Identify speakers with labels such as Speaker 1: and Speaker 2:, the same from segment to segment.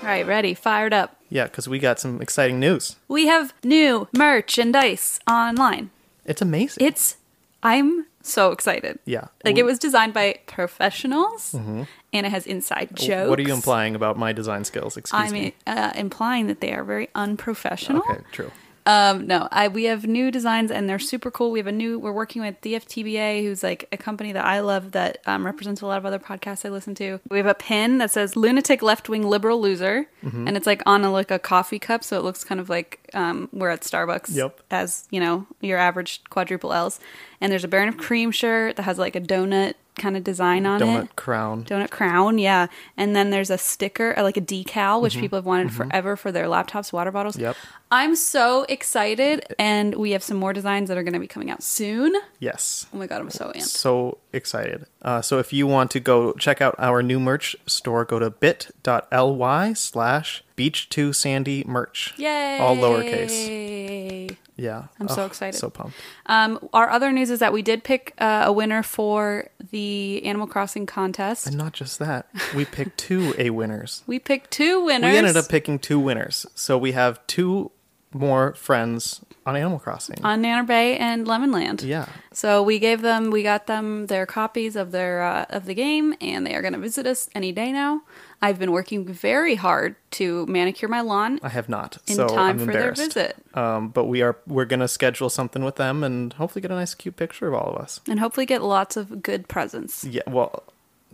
Speaker 1: All right, ready, fired up.
Speaker 2: Yeah, because we got some exciting news.
Speaker 1: We have new merchandise online.
Speaker 2: It's amazing.
Speaker 1: It's I'm so excited.
Speaker 2: yeah. Mm-hmm.
Speaker 1: Like it was designed by professionals and it has inside jokes.
Speaker 2: What are you implying about my design skills? Excuse
Speaker 1: I'm
Speaker 2: me.
Speaker 1: uh, implying that they are very unprofessional.
Speaker 2: Okay, true.
Speaker 1: Um, no, I we have new designs and they're super cool. We have a new. We're working with DFTBA, who's like a company that I love that um, represents a lot of other podcasts I listen to. We have a pin that says "Lunatic Left Wing Liberal Loser,"
Speaker 2: Mm-hmm.
Speaker 1: and it's like on a, like a coffee cup, so it looks kind of like um, we're at Starbucks.
Speaker 2: Yep.
Speaker 1: As you know, your average quadruple L's, and there's a Baron of Cream shirt that has like a donut kind of design on
Speaker 2: Donut
Speaker 1: it.
Speaker 2: crown.
Speaker 1: Donut crown, yeah. And then there's a sticker, or like a decal, which people have wanted forever for their laptops, water bottles.
Speaker 2: Mm-hmm. Yep.
Speaker 1: I'm so excited, and we have some more designs that are going to be coming out soon.
Speaker 2: yes.
Speaker 1: Oh my god, I'm so amped.
Speaker 2: So excited. Uh, so if you want to go check out our new merch store, go to bit.ly slash beach to sandy merch.
Speaker 1: Yay!
Speaker 2: All lowercase.
Speaker 1: Yay!
Speaker 2: Yeah.
Speaker 1: I'm so
Speaker 2: Ugh,
Speaker 1: excited.
Speaker 2: So pumped.
Speaker 1: Um, our other news is that we did pick uh, a winner for the Animal Crossing contest.
Speaker 2: And not just that, we picked two A winners.
Speaker 1: We picked two winners.
Speaker 2: We ended up picking two winners. So we have two more friends on Animal Crossing.
Speaker 1: on Nanner Bay and Lemonland.
Speaker 2: yeah.
Speaker 1: So we gave them, we got them their copies of their uh, of the game, and they are going to visit us any day now. I've been working very hard to manicure my lawn.
Speaker 2: I have not.
Speaker 1: In
Speaker 2: so
Speaker 1: time
Speaker 2: I'm
Speaker 1: for their
Speaker 2: embarrassed.
Speaker 1: visit.
Speaker 2: Um, but we are we're gonna schedule something with them and hopefully get a nice cute picture of all of us.
Speaker 1: and hopefully get lots of good presents.
Speaker 2: Yeah. Well.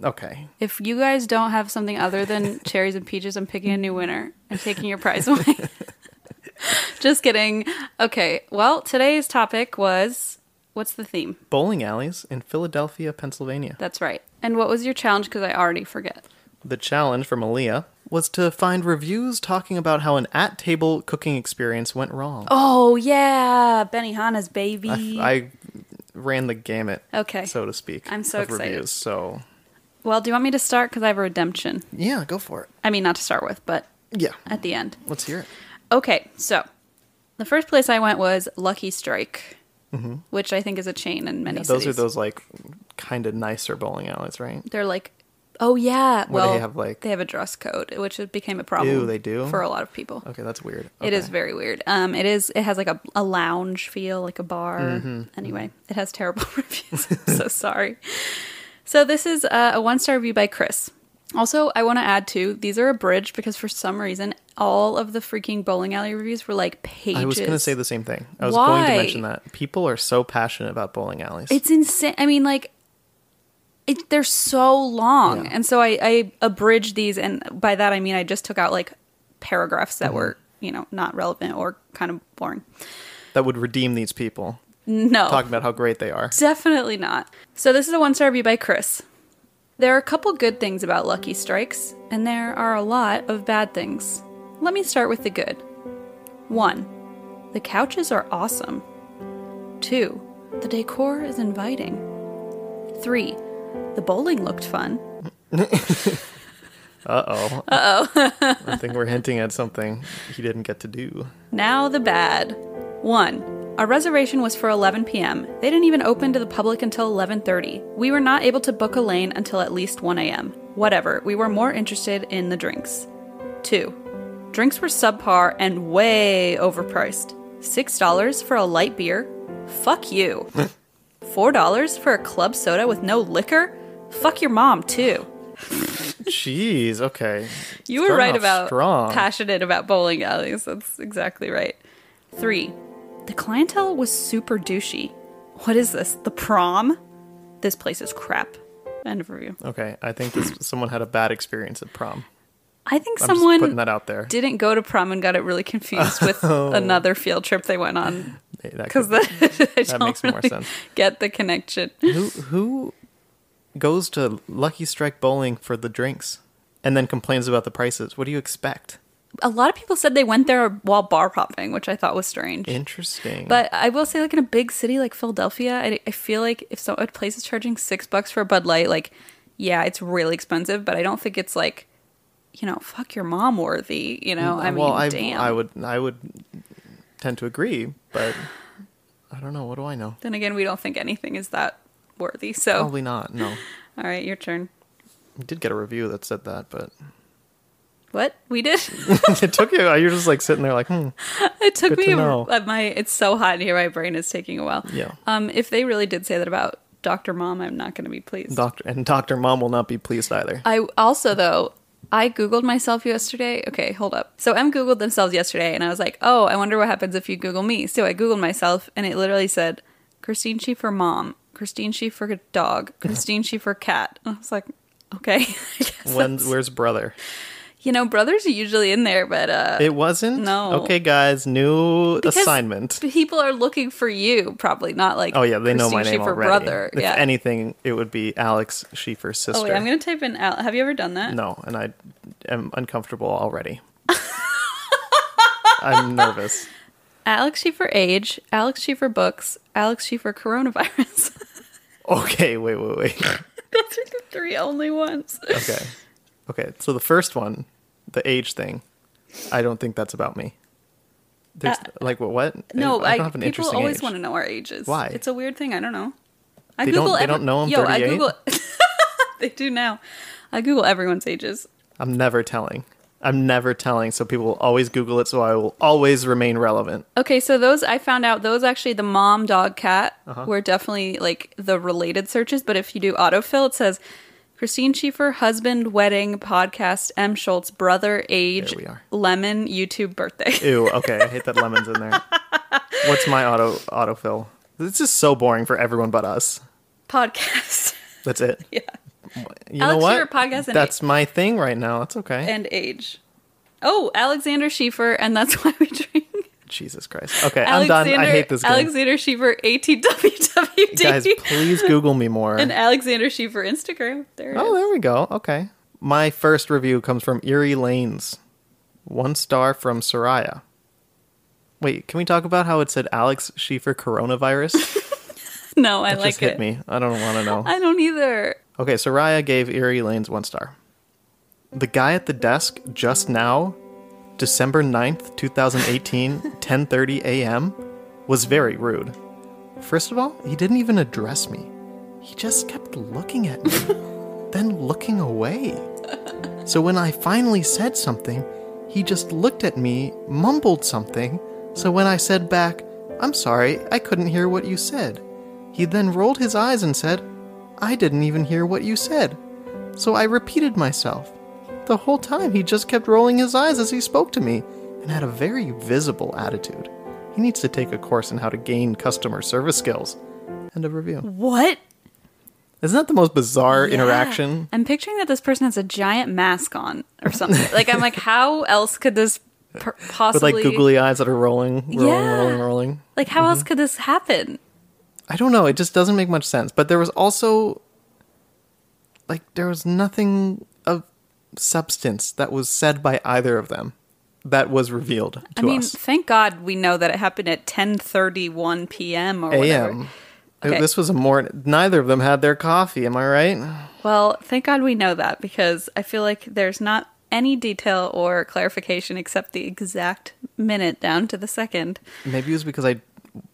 Speaker 2: Okay.
Speaker 1: If you guys don't have something other than cherries and peaches, I'm picking a new winner. I'm taking your prize away. Just kidding. Okay. Well, today's topic was what's the theme?
Speaker 2: Bowling alleys in Philadelphia, Pennsylvania.
Speaker 1: That's right. And what was your challenge? Because I already forget.
Speaker 2: The challenge from Aaliyah was to find reviews talking about how an at-table cooking experience went wrong.
Speaker 1: Oh yeah, Benihana's baby.
Speaker 2: I, I ran the gamut.
Speaker 1: Okay.
Speaker 2: So to speak.
Speaker 1: I'm so
Speaker 2: of
Speaker 1: excited.
Speaker 2: Reviews, so
Speaker 1: well, do you want me to start? Because I have a redemption.
Speaker 2: yeah, go for it.
Speaker 1: I mean, not to start with, but
Speaker 2: Yeah.
Speaker 1: at the end.
Speaker 2: Let's hear it.
Speaker 1: Okay, so the first place I went was Lucky Strike, which I think is a chain in many
Speaker 2: Mm-hmm. Those
Speaker 1: cities.
Speaker 2: are those like kind of nicer bowling alleys, right?
Speaker 1: they're like oh yeah
Speaker 2: Where
Speaker 1: well
Speaker 2: they have, like-
Speaker 1: they have a dress code which it became a problem
Speaker 2: they do?
Speaker 1: for a lot of people
Speaker 2: Okay, that's weird.
Speaker 1: it is
Speaker 2: Okay.
Speaker 1: very weird um it is it has like a, a lounge feel like a bar
Speaker 2: Mm-hmm.
Speaker 1: anyway it has terrible reviews I'm so sorry so this is uh, a one star review by chris also i want to add too these are abridged because for some reason all of the freaking bowling alley reviews were like pages
Speaker 2: I was going to say the same thing. I was going
Speaker 1: Why?
Speaker 2: to mention that. People are so passionate about bowling alleys.
Speaker 1: It's insane. I mean, like, it, they're so long,
Speaker 2: Yeah.
Speaker 1: and so I, I abridged these, and by that I mean I just took out like paragraphs
Speaker 2: Mm-hmm.
Speaker 1: that were you know not relevant or kind of boring.
Speaker 2: that would redeem these people.
Speaker 1: No,
Speaker 2: Talking about how great they are.
Speaker 1: Definitely not. So this is a one star review by Chris. There are a couple good things about Lucky Strikes, and there are a lot of bad things. Let me start with the good. 1. The couches are awesome. 2. The decor is inviting. 3. The bowling looked fun.
Speaker 2: I think we're hinting at something he didn't get to do.
Speaker 1: Now the bad. 1. Our reservation was for 11 p.m. They didn't even open to the public until 11:30. We were not able to book a lane until at least 1 a.m. Whatever, we were more interested in the drinks. 2. Drinks were subpar and way overpriced. $6 for a light beer? Fuck you. $4 for a club soda with no liquor? Fuck your mom, too.
Speaker 2: Jeez, okay.
Speaker 1: You were
Speaker 2: Starting
Speaker 1: right
Speaker 2: off
Speaker 1: about
Speaker 2: strong.
Speaker 1: passionate about bowling alleys. That's exactly right. Three, the clientele was super douchey. What is this? The prom? This place is crap. End of review.
Speaker 2: Okay, I think this, someone had a bad experience at prom.
Speaker 1: I think
Speaker 2: I'm just putting
Speaker 1: someone
Speaker 2: that out there.
Speaker 1: didn't go to prom and got it really confused with another field trip they went on
Speaker 2: Hey, that
Speaker 1: because
Speaker 2: could-
Speaker 1: that, I don't
Speaker 2: makes more
Speaker 1: really
Speaker 2: sense.
Speaker 1: Get the connection.
Speaker 2: who who goes to Lucky Strike Bowling for the drinks and then complains about the prices? What do you expect?
Speaker 1: A lot of people said they went there while bar hopping, which I thought was strange.
Speaker 2: Interesting.
Speaker 1: But I will say, like in a big city like Philadelphia, I, I feel like if some a place is charging six bucks for a Bud Light, like yeah, it's really expensive. But I don't think it's like, you know, fuck your mom worthy. You know, Oh, I mean,
Speaker 2: Mm, well, I,
Speaker 1: damn.
Speaker 2: I would I would tend to agree, but I don't know. What do I know?
Speaker 1: Then again, we don't think anything is that worthy. So,
Speaker 2: Probably not. No,
Speaker 1: all right, your turn.
Speaker 2: we did get a review that said that, but
Speaker 1: What we did?
Speaker 2: it took you. You're just like sitting there, like, hmm.
Speaker 1: it took
Speaker 2: Good to
Speaker 1: me.
Speaker 2: know.
Speaker 1: uh, My it's so hot in here. My brain is taking a while.
Speaker 2: Yeah.
Speaker 1: Um, if they really did say that about Doctor Mom, I'm not going to be pleased.
Speaker 2: Doctor and Doctor Mom will not be pleased either.
Speaker 1: I also though I googled myself yesterday. Okay, hold up. So M googled themselves yesterday, and I was like, oh, I wonder what happens if you Google me. So I googled myself, and it literally said Christine She for mom, Christine She for dog, Christine She for cat. And I was like, okay, I guess
Speaker 2: When
Speaker 1: that's-
Speaker 2: where's brother?
Speaker 1: you know brothers are usually in there, but uh,
Speaker 2: It wasn't.
Speaker 1: no.
Speaker 2: Okay, guys, new
Speaker 1: Because-
Speaker 2: assignment.
Speaker 1: people are looking for you probably not like
Speaker 2: Oh yeah, they know my
Speaker 1: Christine
Speaker 2: name
Speaker 1: Schiffer
Speaker 2: already.
Speaker 1: brother.
Speaker 2: If
Speaker 1: yeah.
Speaker 2: anything, it would be Alex Schieffer's sister.
Speaker 1: oh wait, I'm gonna type in Al. Have you ever done that?
Speaker 2: No, and I am uncomfortable already. I'm nervous.
Speaker 1: Alex Schieffer age, Alex Schieffer books, Alex Schieffer coronavirus.
Speaker 2: Okay, wait, wait, wait.
Speaker 1: Those are the three only ones.
Speaker 2: Okay, okay. So the first one, the age thing, I don't think that's about me. There's like what? What?
Speaker 1: Uh, No, I,
Speaker 2: don't have an
Speaker 1: people
Speaker 2: interesting
Speaker 1: always
Speaker 2: age.
Speaker 1: want to know our ages.
Speaker 2: Why?
Speaker 1: It's a weird thing. I don't know. I
Speaker 2: They don't-
Speaker 1: Google.
Speaker 2: they don't know I'm
Speaker 1: Yo, I
Speaker 2: 38?
Speaker 1: Google. they do now. I Google everyone's ages.
Speaker 2: I'm never telling. I'm never telling. So people will always Google it. So I will always remain relevant.
Speaker 1: Okay, so those I found out those actually the mom, dog, cat
Speaker 2: Uh-huh.
Speaker 1: were definitely like the related searches. But if you do autofill, it says Christine Schieffer, husband, wedding, podcast, M Schultz, brother, age,
Speaker 2: There we are.
Speaker 1: lemon, YouTube, birthday.
Speaker 2: Ew. Okay, I hate that lemons in there. What's my auto autofill? This is so boring for everyone but us.
Speaker 1: podcast
Speaker 2: That's it.
Speaker 1: Yeah.
Speaker 2: You know
Speaker 1: Alex,
Speaker 2: what?
Speaker 1: your podcast and
Speaker 2: That's my thing right now. That's okay.
Speaker 1: and age. Oh, Alexander Schieffer, and that's why we drink.
Speaker 2: Jesus Christ. Okay, I'm done. I hate this game.
Speaker 1: Alexander Schieffer, ATWWD.
Speaker 2: Guys, please Google me more.
Speaker 1: and Alexander Schieffer Instagram. There it is.
Speaker 2: oh, there we go. Okay. My first review comes from Erie Lanes. One star from Soraya. Wait, can we talk about how it said Alex Schieffer coronavirus?
Speaker 1: No, I
Speaker 2: It
Speaker 1: like
Speaker 2: just hit
Speaker 1: it.
Speaker 2: me. I don't want to know.
Speaker 1: I don't either.
Speaker 2: Okay, Soraya gave Erie Lanes one star. The guy at the desk just now, December 9th, 2018, 10:30 a.m., was very rude. First of all, he didn't even address me. He just kept looking at me, then looking away. So when I finally said something, he just looked at me, mumbled something. So when I said back, "I'm sorry, I couldn't hear what you said." He then rolled his eyes and said, I didn't even hear what you said. So I repeated myself. The whole time he just kept rolling his eyes as he spoke to me and had a very visible attitude. He needs to take a course in how to gain customer service skills. End of review.
Speaker 1: What?
Speaker 2: Isn't that the most bizarre
Speaker 1: Yeah.
Speaker 2: interaction?
Speaker 1: I'm picturing that this person has a giant mask on or something. like, I'm like, how else could this per-
Speaker 2: With
Speaker 1: possibly.
Speaker 2: like googly Mm-hmm. eyes that are rolling, rolling,
Speaker 1: Yeah.
Speaker 2: rolling, rolling.
Speaker 1: Like, how else could this happen?
Speaker 2: I don't know. It just doesn't make much sense. But there was also, like, there was nothing of substance that was said by either of them that was revealed
Speaker 1: I
Speaker 2: to
Speaker 1: mean,
Speaker 2: us.
Speaker 1: thank God we know that it happened at 10:31 p.m. or whatever.
Speaker 2: a.m.
Speaker 1: Okay.
Speaker 2: This was a more. Neither of them had their coffee. Am I right?
Speaker 1: Well, thank God we know that because I feel like there's not any detail or clarification except the exact minute down to the second.
Speaker 2: Maybe it was because I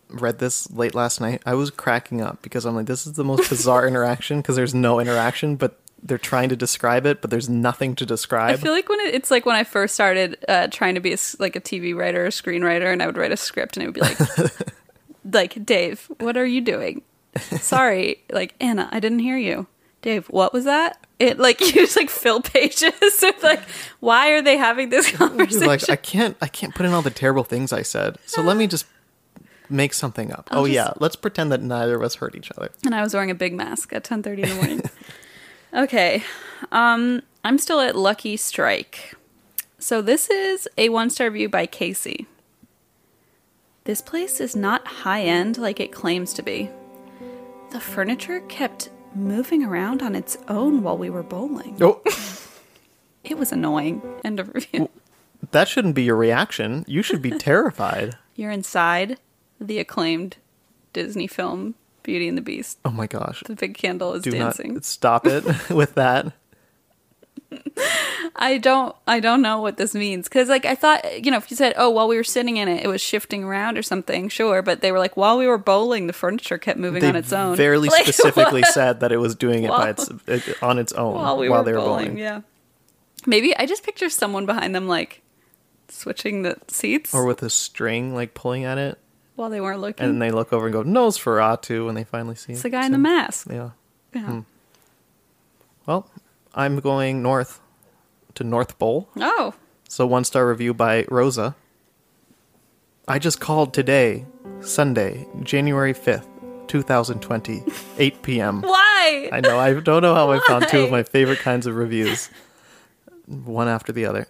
Speaker 2: read this late last night. I was cracking up because I'm like, this is the most bizarre interaction because there's no interaction, but they're trying to describe it, but there's nothing to
Speaker 1: I
Speaker 2: describe.
Speaker 1: feel like when it, it's like when I first started uh, trying to be a s like a TV writer or screenwriter, and I would write a script, and it would be like, like Dave, what are you doing? Sorry, like Anna, I didn't hear you. Dave, what was that? It like you just like fill pages of like why are they having this
Speaker 2: He's
Speaker 1: conversation?
Speaker 2: like, I can't, I can't put in all the terrible things I said. So let me just make something up. oh
Speaker 1: just-
Speaker 2: yeah, let's pretend that neither of us hurt each other.
Speaker 1: and I was wearing a big mask at 10:30 in the morning. okay. Um I'm still at Lucky Strike. So this is a one-star review by Casey. This place is not high-end like it claims to be. The furniture kept moving around on its own while we were bowling.
Speaker 2: Oh,
Speaker 1: It was annoying. End of review.
Speaker 2: that shouldn't be your reaction. You should be terrified.
Speaker 1: You're inside the acclaimed Disney film Beauty and the Beast.
Speaker 2: Oh my gosh.
Speaker 1: The big candle is
Speaker 2: Do
Speaker 1: dancing.
Speaker 2: not stop it with that.
Speaker 1: I don't I don't know what this means cuz like I thought you know if you said oh while we were sitting in it it was shifting around or something sure but they were like while we were bowling the furniture kept moving on its own.
Speaker 2: Fairly
Speaker 1: Like,
Speaker 2: specifically said that it was doing it by
Speaker 1: While-
Speaker 2: its it, on its own
Speaker 1: while we were
Speaker 2: they were
Speaker 1: bowling,
Speaker 2: bowling.
Speaker 1: yeah. Maybe I just picture someone behind them like switching the seats
Speaker 2: Or with a string like pulling at it,
Speaker 1: while they weren't looking.
Speaker 2: and they look over and go Nosferatu when they finally
Speaker 1: Mm-hmm.
Speaker 2: see
Speaker 1: it's the
Speaker 2: it.
Speaker 1: guy in the
Speaker 2: So,
Speaker 1: mask.
Speaker 2: Yeah.
Speaker 1: Yeah.
Speaker 2: hmm. Well, I'm going north to North Bowl.
Speaker 1: Oh.
Speaker 2: So one star review by Rosa. I just called today, Sunday, January 5th, 2020, 8 p.m.
Speaker 1: Why?
Speaker 2: I know. I don't know how I found two of
Speaker 1: Why?
Speaker 2: my favorite kinds of reviews, one after the other.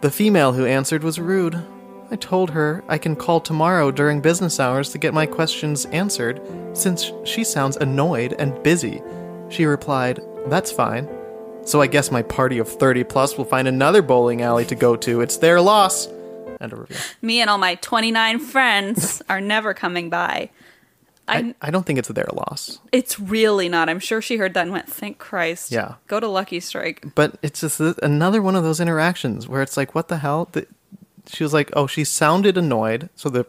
Speaker 2: The female who answered was rude. I told her I can call tomorrow during business hours to get my questions answered, since she sounds annoyed and busy. She replied, That's fine. So I guess my party of 30 plus will find another bowling alley to go to. It's their loss. End of review.
Speaker 1: Me and all my 29 friends are never coming by.
Speaker 2: I,
Speaker 1: I,
Speaker 2: I don't think it's their loss,
Speaker 1: it's really not. I'm sure she heard that and went, thank Christ.
Speaker 2: Yeah.
Speaker 1: Go to Lucky Strike.
Speaker 2: but it's just th- another one of those interactions where it's like, what the hell? The- she was like, oh, she sounded annoyed, so they're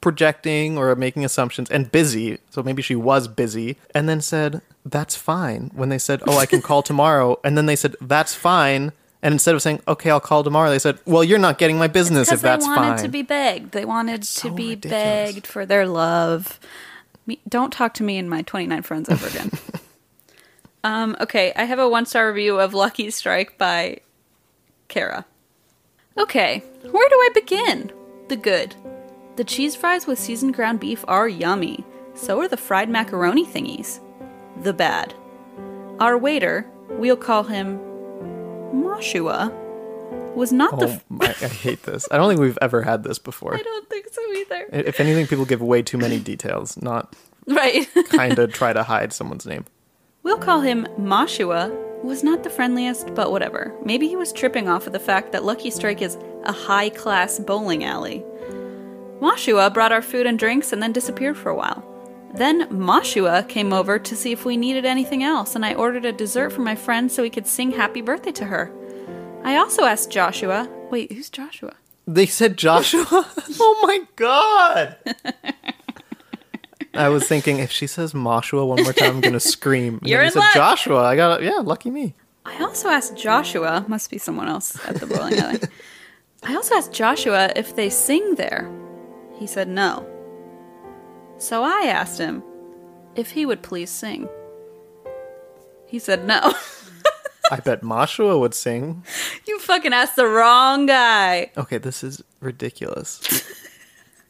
Speaker 2: projecting or making assumptions, and busy, so maybe she was busy, and then said, that's fine. When they said, oh, I can call tomorrow, and then they said, that's fine. And instead of saying, okay, I'll call tomorrow, they said, well, you're not getting my business
Speaker 1: Because
Speaker 2: if
Speaker 1: they
Speaker 2: that's
Speaker 1: wanted
Speaker 2: fine.
Speaker 1: to be begged. They wanted
Speaker 2: so
Speaker 1: to be
Speaker 2: ridiculous.
Speaker 1: begged for their love. Me, don't talk to me and my 29 friends ever again. um, okay, I have a one star review of Lucky Strike by Kara. Okay, where do I begin? The good. The cheese fries with seasoned ground beef are yummy. So are the fried macaroni thingies. The bad. Our waiter, we'll call him Moshua, was not the.
Speaker 2: oh,
Speaker 1: f-
Speaker 2: my, I hate this. I don't think we've ever had this before.
Speaker 1: I don't think so either.
Speaker 2: I- If anything, people give way too many details, not
Speaker 1: Right.
Speaker 2: kind of try to hide someone's name.
Speaker 1: we'll call him Mashua. Was not the friendliest, but whatever. Maybe he was tripping off of the fact that Lucky Strike is a high class bowling alley. Mashua brought our food and drinks and then disappeared for a while. Then Mashua came over to see if we needed anything else, and I ordered a dessert for my friend so we could sing happy birthday to her. I also asked Joshua. Wait, who's Joshua?
Speaker 2: They said Joshua. oh my god. I was thinking if she says Moshua one more time, I'm gonna scream. And
Speaker 1: You're
Speaker 2: then you
Speaker 1: in
Speaker 2: said
Speaker 1: luck.
Speaker 2: Joshua. I got yeah, lucky me.
Speaker 1: I also asked Joshua, must be someone else at the bowling alley. I also asked Joshua if they sing there. He said no. So I asked him if he would please sing. He said no.
Speaker 2: I bet Moshua would sing.
Speaker 1: you fucking asked the wrong guy.
Speaker 2: Okay, this is ridiculous.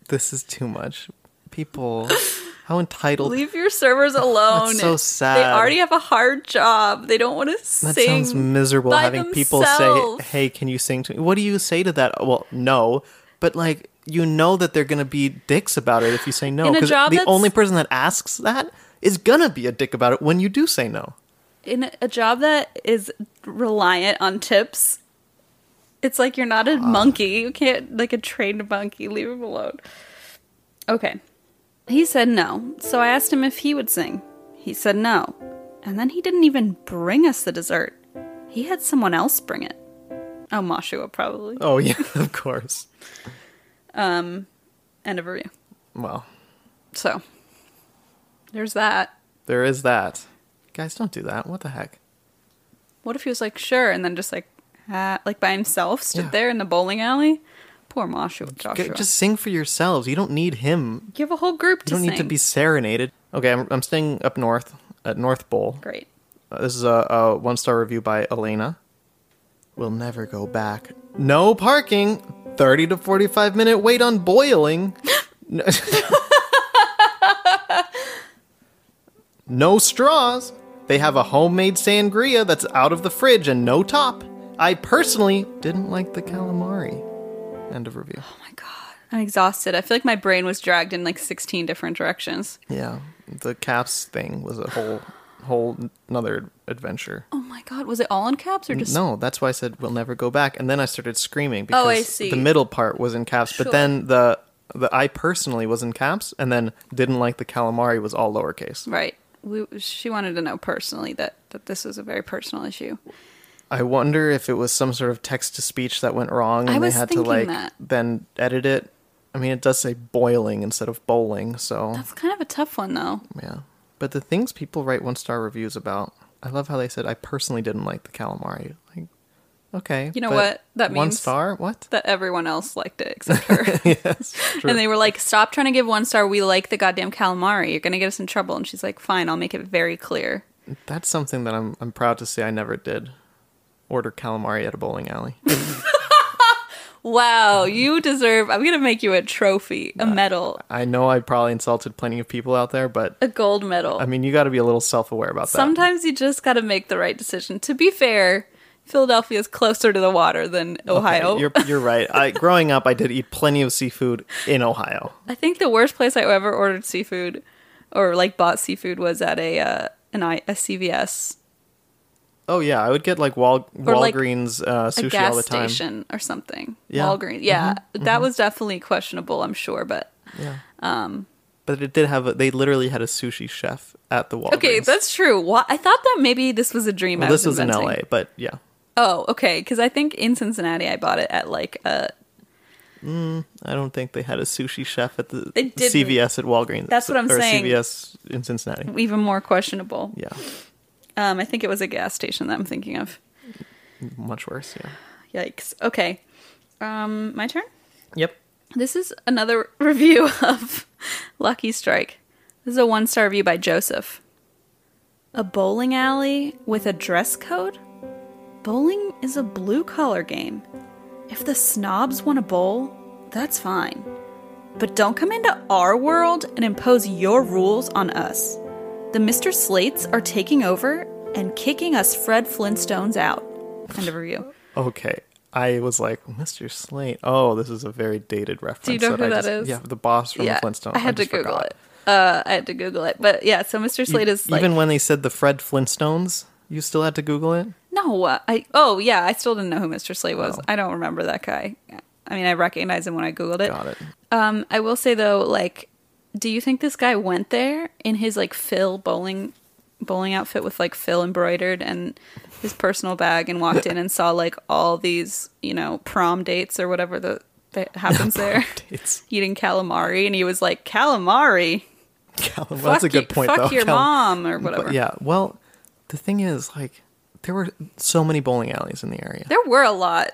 Speaker 2: this is too much. People, how entitled.
Speaker 1: Leave your servers alone.
Speaker 2: That's so
Speaker 1: They
Speaker 2: sad.
Speaker 1: already have a hard job. They don't want to
Speaker 2: that
Speaker 1: sing.
Speaker 2: sounds miserable
Speaker 1: by
Speaker 2: having people
Speaker 1: themselves.
Speaker 2: say, "Hey, can you sing to me?" What do you say to that? Well, no, but like you know that they're going to be dicks about it if you say
Speaker 1: In
Speaker 2: no
Speaker 1: a
Speaker 2: because
Speaker 1: job
Speaker 2: the
Speaker 1: that's-
Speaker 2: only person that asks that is going to be a dick about it when you do say no.
Speaker 1: in a- a job that is reliant on tips it's like you're not a monkey you can't like a trained monkey leave him alone okay he said no so i asked him if he would sing he said no and then he didn't even bring us the dessert he had someone else bring it oh mashua probably
Speaker 2: Oh yeah, of course.
Speaker 1: end of review
Speaker 2: Well,
Speaker 1: so there's that
Speaker 2: there is that. Guys, don't do that. What the heck?
Speaker 1: what if he was like sure and then just like ah, like by himself stood
Speaker 2: Yeah.
Speaker 1: there in the bowling alley poor mashua joshua
Speaker 2: G- Just sing for yourselves. You don't need him.
Speaker 1: Give a whole group
Speaker 2: You
Speaker 1: to
Speaker 2: don't need to
Speaker 1: sing.
Speaker 2: be serenaded. Okay, I'm, I'm staying up north at North Bowl.
Speaker 1: Great.
Speaker 2: Uh, This is a, a one star review by Elena. We'll never go back. No parking. 30 to 45 minute wait on boiling. no No straws. They have a homemade sangria that's out of the fridge and no top. I personally didn't like the calamari. End of review.
Speaker 1: I'm exhausted. I feel like my brain was dragged in like 16 different directions.
Speaker 2: Yeah, the caps thing was a whole whole another adventure.
Speaker 1: Oh my god, was it all in caps or just Oh,
Speaker 2: No, that's why I said we'll never go back. And then I started screaming because
Speaker 1: I see.
Speaker 2: the middle part was in caps,
Speaker 1: Sure.
Speaker 2: but then the the I personally was in caps, and then didn't like the calamari was all lowercase.
Speaker 1: right? We, she wanted to know personally that that this was a very personal issue.
Speaker 2: I wonder if it was some sort of text to speech that went wrong, and
Speaker 1: I was
Speaker 2: they had to
Speaker 1: thinking
Speaker 2: like
Speaker 1: that.
Speaker 2: then edit it. I mean, it does say boiling instead of bowling, so
Speaker 1: That's kind of a tough one though.
Speaker 2: yeah. But the things people write one star reviews about, I love how they said I personally didn't like the calamari. Like, okay,
Speaker 1: You know
Speaker 2: but
Speaker 1: what that
Speaker 2: One
Speaker 1: means?
Speaker 2: star? What?
Speaker 1: That everyone else liked it except her. and they were like, "Stop trying to give one star. We like the goddamn calamari. You're going to get us in trouble." And she's like, "Fine, I'll make it very clear."
Speaker 2: That's something that I'm I'm proud to say I never did. Order calamari at a bowling alley.
Speaker 1: Wow, you deserve. I'm going to make you a trophy, a medal,
Speaker 2: I know I probably insulted plenty of people out there, but
Speaker 1: a gold medal.
Speaker 2: I mean, you got to be a little self-aware about that.
Speaker 1: Sometimes you just got to make the right decision. To be fair, Philadelphia is closer to the water than
Speaker 2: Okay,
Speaker 1: Ohio.
Speaker 2: You're you're right. I growing up I did eat plenty of seafood in Ohio.
Speaker 1: I think the worst place I ever ordered seafood or like bought seafood was at a uh, an I, a CVS,
Speaker 2: Oh yeah, I would get like Wal-
Speaker 1: Or, like,
Speaker 2: Walgreens uh,
Speaker 1: a
Speaker 2: sushi all
Speaker 1: gas
Speaker 2: the time.
Speaker 1: station or something.
Speaker 2: Yeah. Mm-hmm,
Speaker 1: Walgreens. Yeah, that was definitely questionable, I'm sure, but
Speaker 2: But it did have a, they literally had a sushi chef at the Walgreens.
Speaker 1: Okay, that's true. Why, I thought that maybe this was a dream
Speaker 2: well,
Speaker 1: I was
Speaker 2: this was in
Speaker 1: inventing.
Speaker 2: LA, but yeah.
Speaker 1: Oh, okay, cuz I think in Cincinnati I bought it at like a
Speaker 2: I don't think they had a sushi chef at the
Speaker 1: They didn't.
Speaker 2: CVS at Walgreens.
Speaker 1: That's what I'm
Speaker 2: or
Speaker 1: saying.
Speaker 2: CVS in Cincinnati.
Speaker 1: even more questionable.
Speaker 2: Yeah.
Speaker 1: Um I think it was a gas station that I'm thinking of.
Speaker 2: Much worse, yeah.
Speaker 1: Yikes. Okay. Um, my turn?
Speaker 2: Yep.
Speaker 1: This is another review of Lucky Strike. This is a one star review by Joseph. A bowling alley with a dress code? Bowling is a blue collar game. If the snobs want to bowl, that's fine. But don't come into our world and impose your rules on us. The Mr. Slates are taking over and kicking us Fred Flintstones out. End of review.
Speaker 2: Okay. I was like, Mr. Slate. Oh, this is a very dated reference.
Speaker 1: you know who
Speaker 2: I
Speaker 1: that
Speaker 2: just-
Speaker 1: is?
Speaker 2: Yeah, the boss from the Flintstones.
Speaker 1: I had to
Speaker 2: just
Speaker 1: Google
Speaker 2: forgot. E-
Speaker 1: it. Uh, I had to Google it, but yeah. So Mr. Slate is like
Speaker 2: Even when they said the Fred Flintstones, you still had to Google it?
Speaker 1: no. uh, I oh yeah, I still didn't know who Mr. Slate
Speaker 2: Oh.
Speaker 1: was. I don't remember that guy. I mean, I recognize him when I Googled it.
Speaker 2: Got it.
Speaker 1: Um, I will say though, like, do you think this guy went there in his like Phil bowling bowling outfit with like Phil embroidered and his personal bag and walked in and saw like all these you know prom dates or whatever the that happens there
Speaker 2: It's
Speaker 1: eating calamari and he was like calamari.
Speaker 2: Cal- well, that's a
Speaker 1: Fuck
Speaker 2: good
Speaker 1: you-
Speaker 2: point,
Speaker 1: fuck
Speaker 2: though.
Speaker 1: your
Speaker 2: Cal-
Speaker 1: mom or
Speaker 2: But
Speaker 1: whatever.
Speaker 2: yeah, well, the thing is, like, there were so many bowling alleys in the area.
Speaker 1: There were a lot.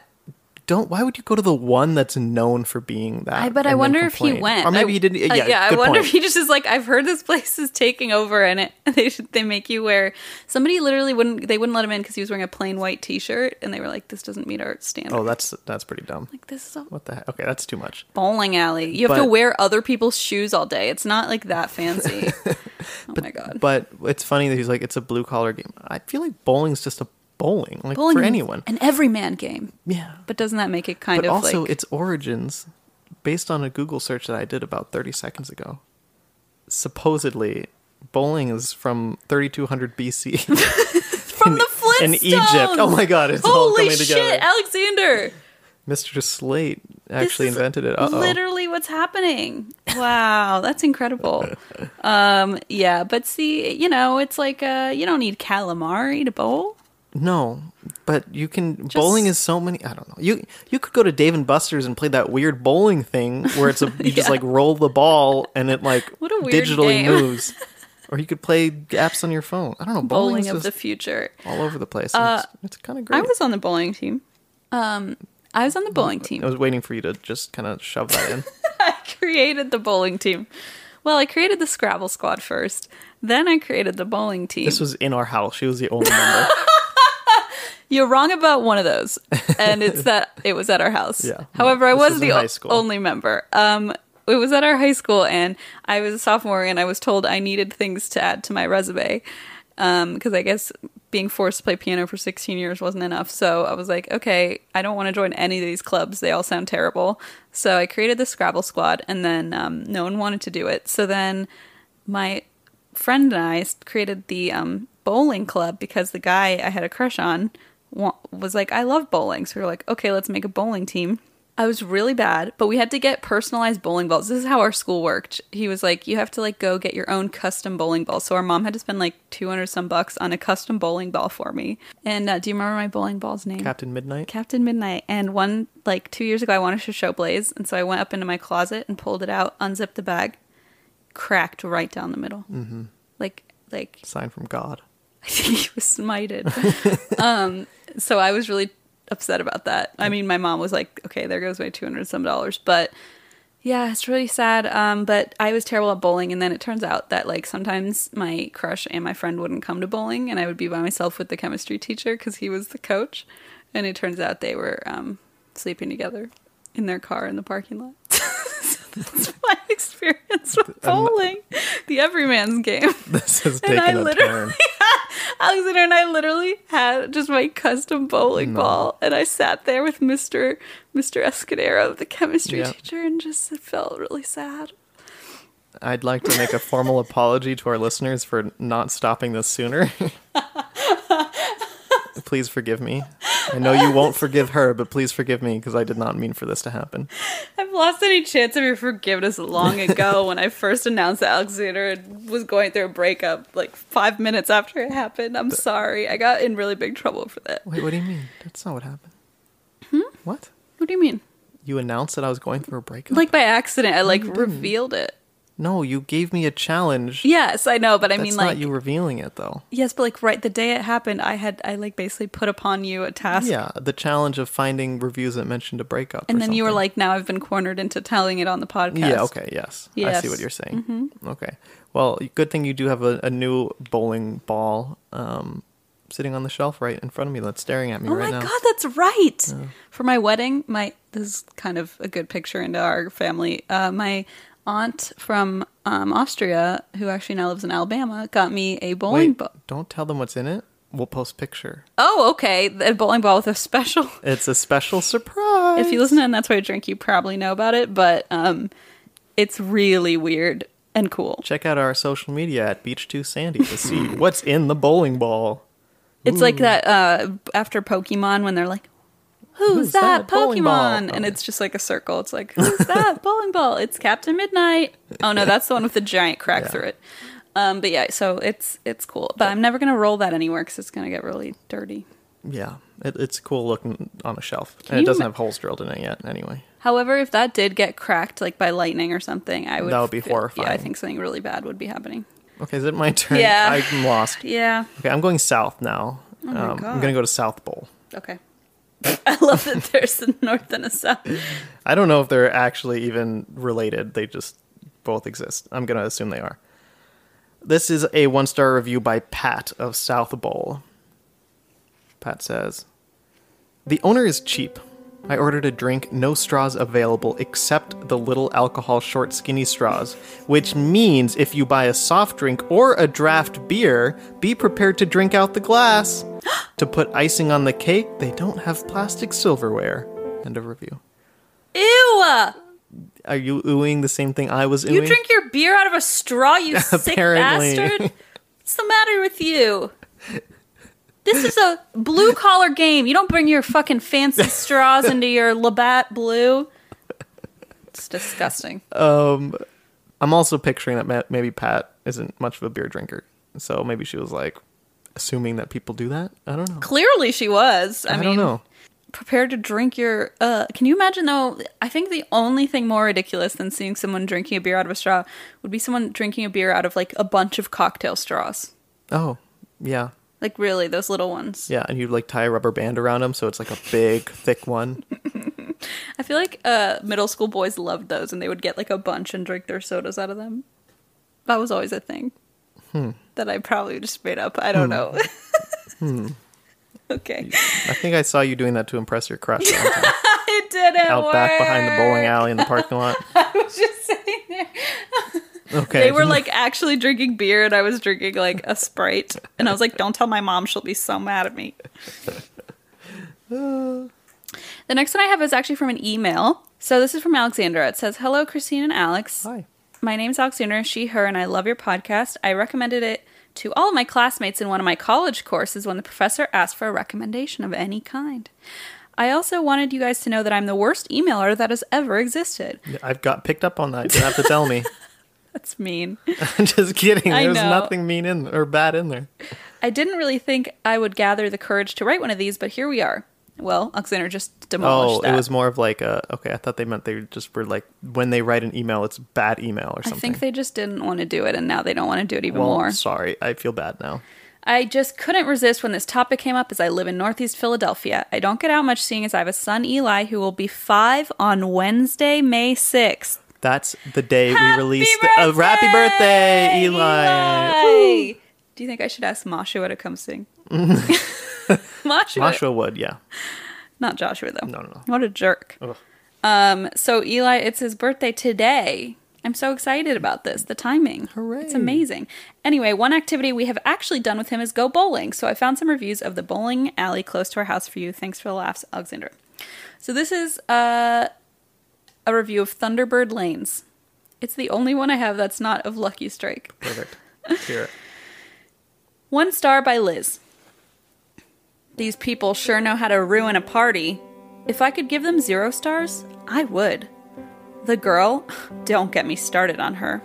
Speaker 2: Don't. Why would you go to the one that's known for being that?
Speaker 1: I, but I
Speaker 2: and then
Speaker 1: wonder if
Speaker 2: complain?
Speaker 1: he went,
Speaker 2: or
Speaker 1: I-
Speaker 2: maybe he didn't.
Speaker 1: uh,
Speaker 2: Yeah,
Speaker 1: yeah. I
Speaker 2: good
Speaker 1: wonder
Speaker 2: point.
Speaker 1: if he just is like, I've heard this place is taking over, and it they should, they make you wear. Somebody literally wouldn't they wouldn't let him in because he was wearing a plain white t shirt, and they were like, this doesn't meet our standard.
Speaker 2: Oh, that's that's pretty dumb.
Speaker 1: like this is a
Speaker 2: What the heck? Okay, that's too much.
Speaker 1: bowling alley. You have to
Speaker 2: But-
Speaker 1: wear other people's shoes all day. It's not like that fancy. oh my god.
Speaker 2: But it's funny that he's like, it's a blue collar game. I feel like bowling's just a bowling, like
Speaker 1: Bowling
Speaker 2: for
Speaker 1: is
Speaker 2: anyone.
Speaker 1: an everyman game.
Speaker 2: Yeah.
Speaker 1: But doesn't that make it kind
Speaker 2: But
Speaker 1: of
Speaker 2: also,
Speaker 1: like?
Speaker 2: its origins, based on a Google search that I did about 30 seconds ago, supposedly bowling is from 3200 BC
Speaker 1: from the Flintstones
Speaker 2: in Egypt. Oh my God, it's all
Speaker 1: Holy
Speaker 2: coming
Speaker 1: shit,
Speaker 2: together.
Speaker 1: Alexander!
Speaker 2: Mr. Slate
Speaker 1: This
Speaker 2: actually
Speaker 1: is
Speaker 2: invented it. Uh oh.
Speaker 1: Literally, what's happening? Wow, that's incredible. Um, yeah, but see, you know, it's like uh, you don't need calamari to bowl.
Speaker 2: No, but you can bowling is so many. I don't know. You you could go to Dave and Buster's and play that weird bowling thing where it's a you just like roll the ball and it like
Speaker 1: What a weird
Speaker 2: digitally
Speaker 1: game.
Speaker 2: moves. Or you could play apps on your phone. I don't know. Bowling,
Speaker 1: Bowling
Speaker 2: is
Speaker 1: of the
Speaker 2: just
Speaker 1: future.
Speaker 2: all over the place. and it's it's kind of great.
Speaker 1: I was on the bowling team. Um, I was on the bowling
Speaker 2: I
Speaker 1: team.
Speaker 2: was waiting for you to just kind of shove that in.
Speaker 1: I created the bowling team. Well, I created the Scrabble squad first. Then I created the bowling team.
Speaker 2: This was in our house. She was the only member.
Speaker 1: You're wrong about one of those, and it's that it was at our house.
Speaker 2: Yeah.
Speaker 1: However, I
Speaker 2: This
Speaker 1: was
Speaker 2: was
Speaker 1: the
Speaker 2: in high
Speaker 1: o-
Speaker 2: school.
Speaker 1: only member. Um, it was at our high school, and I was a sophomore, and I was told I needed things to add to my resume because I guess being forced to play piano for 16 years wasn't enough. So I was like, okay, I don't want to join any of these clubs. They all sound terrible. So I created the Scrabble squad, and then um, no one wanted to do it. So then my friend and I s- created the um, bowling club because the guy I had a crush on wa- was like, I love bowling. So we were like, okay, let's make a bowling team. I was really bad, but we had to get personalized bowling balls. This is how our school worked. He was like, you have to like go get your own custom bowling ball. So our mom had to spend like 200 some bucks on a custom bowling ball for me. And uh, do you remember my bowling ball's name?
Speaker 2: Captain Midnight.
Speaker 1: Captain Midnight. And one, like two years ago, I wanted to show Blaze. And so I went up into my closet and pulled it out, unzipped the bag, cracked right down the middle. Mm-hmm. Like, like,
Speaker 2: Sign from God.
Speaker 1: I think he was smited. um, so I was really upset about that. I mean, my mom was like, okay, there goes my 200 some dollars. But yeah, it's really sad. Um, but I was terrible at bowling. And then it turns out that like sometimes my crush and my friend wouldn't come to bowling and I would be by myself with the chemistry teacher because he was the coach. And it turns out they were um, sleeping together in their car in the parking lot. so that's my experience with bowling, the everyman's game.
Speaker 2: This has
Speaker 1: And
Speaker 2: taken
Speaker 1: I
Speaker 2: a
Speaker 1: literally-
Speaker 2: turn.
Speaker 1: Alexander and I literally had just my custom bowling ball, and I sat there with Mister Mister Escudero, the chemistry
Speaker 2: Yeah.
Speaker 1: teacher, and just it felt really sad.
Speaker 2: I'd like to make a formal apology to our listeners for not stopping this sooner. please forgive me. I know you won't forgive her, but please forgive me because I did not mean for this to happen.
Speaker 1: I've lost any chance of your forgiveness long ago when I first announced that Alexander was going through a breakup like five minutes after it happened. I'm sorry. I got in really big trouble for that.
Speaker 2: Wait, what do you mean? That's not what happened.
Speaker 1: Hmm?
Speaker 2: What?
Speaker 1: What do you mean?
Speaker 2: You announced that I was going through a breakup?
Speaker 1: Like by accident, I like revealed it.
Speaker 2: no, you gave me a challenge.
Speaker 1: Yes, I know, but I
Speaker 2: That's
Speaker 1: mean
Speaker 2: not
Speaker 1: like
Speaker 2: you revealing it though.
Speaker 1: yes, but like right the day it happened, I had I like basically put upon you a task
Speaker 2: Yeah, the challenge of finding reviews that mentioned a breakup.
Speaker 1: And
Speaker 2: or
Speaker 1: then you were
Speaker 2: something.
Speaker 1: like, now I've been cornered into telling it on the podcast.
Speaker 2: Yeah, okay, yes. I see
Speaker 1: Yes. Mm-hmm.
Speaker 2: what you're saying. Okay. Well, good thing you do have a, a new bowling ball um, sitting on the shelf right in front of me that's staring at me
Speaker 1: Oh
Speaker 2: right
Speaker 1: my
Speaker 2: now.
Speaker 1: god, that's right. For my wedding, my this is kind of a good picture into our family. Uh, my aunt from um, Austria, who actually now lives in Alabama, got me a bowling
Speaker 2: Wait,
Speaker 1: ball.
Speaker 2: don't tell them what's in it. We'll post picture.
Speaker 1: Oh, okay, a bowling ball with a special.
Speaker 2: It's a special surprise.
Speaker 1: If you listen to and that's why I drink, you probably know about it. But um, it's really weird and cool.
Speaker 2: Check out our social media at Beach2Sandy to see what's in the bowling ball.
Speaker 1: It's like that uh, after Pokemon when they're like, "Who's,
Speaker 2: Who's
Speaker 1: that,
Speaker 2: that
Speaker 1: Pokemon?"
Speaker 2: bowling ball? Oh,
Speaker 1: And
Speaker 2: yeah.
Speaker 1: it's just like a circle. It's like, "Who's that bowling ball?" It's Captain Midnight. Oh no, that's the one with the giant crack through it. Um, but yeah, so it's it's cool. But I'm never gonna roll that anywhere because it's gonna get really dirty.
Speaker 2: Yeah, it, it's cool looking on a shelf.
Speaker 1: Can
Speaker 2: and
Speaker 1: you
Speaker 2: it doesn't
Speaker 1: ma-
Speaker 2: have holes drilled in it yet, anyway.
Speaker 1: However, if that did get cracked like by lightning or something, I would
Speaker 2: That would be
Speaker 1: Yeah, I
Speaker 2: horrifying.
Speaker 1: think something really bad would be happening.
Speaker 2: Okay, is it my turn?
Speaker 1: Yeah.
Speaker 2: I'm lost.
Speaker 1: Yeah.
Speaker 2: Okay, I'm going south now. um,
Speaker 1: God.
Speaker 2: I'm going to go to South Bowl.
Speaker 1: Okay. I love that there's a north and a south.
Speaker 2: I don't know if they're actually even related. They just both exist. I'm going to assume they are. This is a one star review by Pat of South Bowl. Pat says The owner is cheap. I ordered a drink, no straws available except the little alcohol short skinny straws, which means if you buy a soft drink or a draft beer, be prepared to drink out the glass. to put icing on the cake, they don't have plastic silverware. End of review.
Speaker 1: Ew!
Speaker 2: Are you oohing the same thing I was oohing?
Speaker 1: You drink your beer out of a straw, you sick
Speaker 2: Apparently.
Speaker 1: bastard. What's the matter with you? This is a blue collar game. You don't bring your fucking fancy straws into your Labatt Blue. It's disgusting.
Speaker 2: I'm also picturing that ma- maybe Pat isn't much of a beer drinker, so maybe she was like assuming that people do that. I don't know.
Speaker 1: Clearly, she was. I,
Speaker 2: I,
Speaker 1: mean,
Speaker 2: don't know.
Speaker 1: prepared to drink your. Uh, can you imagine though? I think the only thing more ridiculous than seeing someone drinking a beer out of a straw would be someone drinking a beer out of like a bunch of cocktail straws.
Speaker 2: Oh, yeah,
Speaker 1: Like really, those little ones.
Speaker 2: yeah. And you like tie a rubber band around them, so it's like a big, thick one.
Speaker 1: I feel like uh, middle school boys loved those, and they would get like a bunch and drink their sodas out of them. That was always a thing
Speaker 2: Hmm.
Speaker 1: that I probably just made up. I don't know. Okay.
Speaker 2: I think I saw Hmm. you doing that to impress your crush one time.
Speaker 1: It didn't
Speaker 2: out
Speaker 1: work.
Speaker 2: back behind the bowling alley in the parking lot.
Speaker 1: Just sitting there.
Speaker 2: Okay.
Speaker 1: They were like actually drinking beer, and I was drinking like a Sprite. And I was like, don't tell my mom, she'll be so mad at me. the next one I have is actually from an email. So this is from Alexandra. It says, Hello, Christine and Alex.
Speaker 2: Hi.
Speaker 1: My name's Alexandra, she, her, and I love your podcast. I recommended it to all of my classmates in one of my college courses when the professor asked for a recommendation of any kind. I also wanted you guys to know that I'm the worst emailer that has ever existed.
Speaker 2: I've got picked up on that. You don't have to tell me.
Speaker 1: That's mean.
Speaker 2: I'm just kidding.
Speaker 1: I
Speaker 2: There's
Speaker 1: know.
Speaker 2: nothing mean in or bad in there.
Speaker 1: I didn't really think I would gather the courage to write one of these, but here we are. Well, Alexander just demolished
Speaker 2: Oh,
Speaker 1: that.
Speaker 2: it was more of like a okay. I thought they meant they just were like when they write an email, it's bad email or
Speaker 1: I
Speaker 2: something.
Speaker 1: think they just didn't want to do it, and now they don't want to do it even
Speaker 2: well,
Speaker 1: more.
Speaker 2: sorry, I feel bad now.
Speaker 1: I just couldn't resist when this topic came up as I live in Northeast Philadelphia. I don't get out much seeing as I have a son, Eli, who will be five on Wednesday, May 6th.
Speaker 2: That's the day
Speaker 1: Happy
Speaker 2: we released the uh, happy birthday, Eli.
Speaker 1: Eli! Do you think I should ask Mashua to come sing? Mashua.
Speaker 2: Joshua Wood, yeah.
Speaker 1: Not Joshua, though.
Speaker 2: No, no, no.
Speaker 1: What a jerk. Um, so, Eli, it's his birthday today. I'm so excited about this. The timing.
Speaker 2: Hooray.
Speaker 1: It's amazing. Anyway, one activity we have actually done with him is go bowling. So, I found some reviews of the bowling alley close to our house for you. Thanks for the laughs, Alexandra. So, this is uh, a review of Thunderbird Lanes. It's the only one I have that's not of Lucky Strike.
Speaker 2: Perfect. Hear it.
Speaker 1: One star by Liz. These people sure know how to ruin a party. If I could give them zero stars, I would. The girl, don't get me started on her.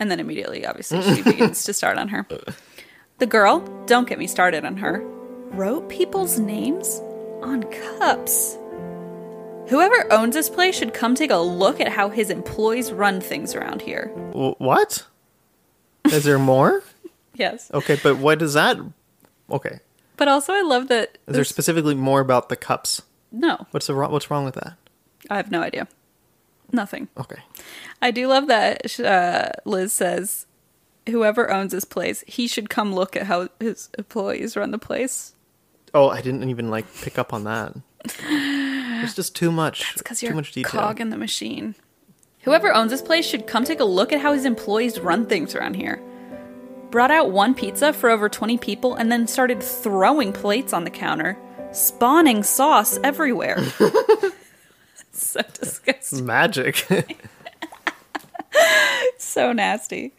Speaker 1: And then immediately, obviously, she begins to start on her. The girl, don't get me started on her, wrote people's names on cups. Whoever owns this place should come take a look at how his employees run things around here.
Speaker 2: W- what? Is there more?
Speaker 1: Yes.
Speaker 2: Okay, but what is that? Okay,
Speaker 1: But also, I love that.
Speaker 2: is there specifically more about the cups?
Speaker 1: no.
Speaker 2: What's the wrong, what's wrong with that?
Speaker 1: I have no idea. Nothing.
Speaker 2: Okay,
Speaker 1: I do love that uh, Liz says, whoever owns this place, he should come look at how his employees run the place.
Speaker 2: Oh, I didn't even like pick up on that. There's just too much.
Speaker 1: It's because
Speaker 2: too
Speaker 1: you're
Speaker 2: much
Speaker 1: a
Speaker 2: detail.
Speaker 1: cog in the machine. Whoever owns this place should come take a look at how his employees run things around here. Brought out one pizza for over 20 people and then started throwing plates on the counter, spawning sauce everywhere. so disgusting.
Speaker 2: Magic.
Speaker 1: so nasty.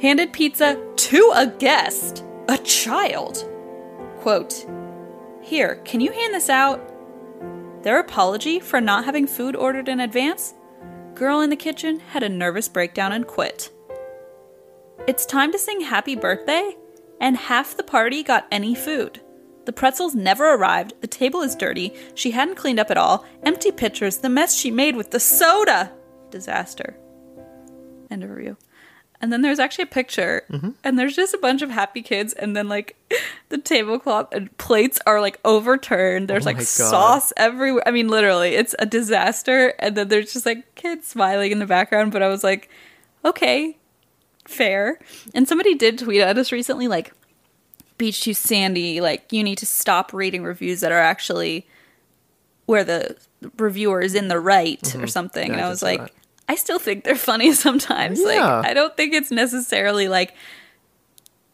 Speaker 1: Handed pizza to a guest, a child. Quote Here, can you hand this out? Their apology for not having food ordered in advance? Girl in the kitchen had a nervous breakdown and quit. It's time to sing happy birthday, and half the party got any food. The pretzels never arrived, the table is dirty, she hadn't cleaned up at all, empty pitchers, the mess she made with the soda! Disaster. End of review. And then there's actually a picture,
Speaker 2: Mm-hmm.
Speaker 1: and there's just a bunch of happy kids, and then like the tablecloth and plates are like overturned. There's like
Speaker 2: Oh my God.
Speaker 1: sauce everywhere. I mean, literally, it's a disaster. And then there's just like kids smiling in the background, but I was like, okay, fair. And somebody did tweet at us recently, like, Beach Too Sandy, like, you need to stop reading reviews that are actually where the reviewer is in the right or something.
Speaker 2: Mm-hmm.
Speaker 1: and
Speaker 2: Yeah, I
Speaker 1: I
Speaker 2: just
Speaker 1: was
Speaker 2: saw
Speaker 1: like,
Speaker 2: that.
Speaker 1: I still think they're funny sometimes.
Speaker 2: Yeah.
Speaker 1: Like, I don't think it's necessarily like,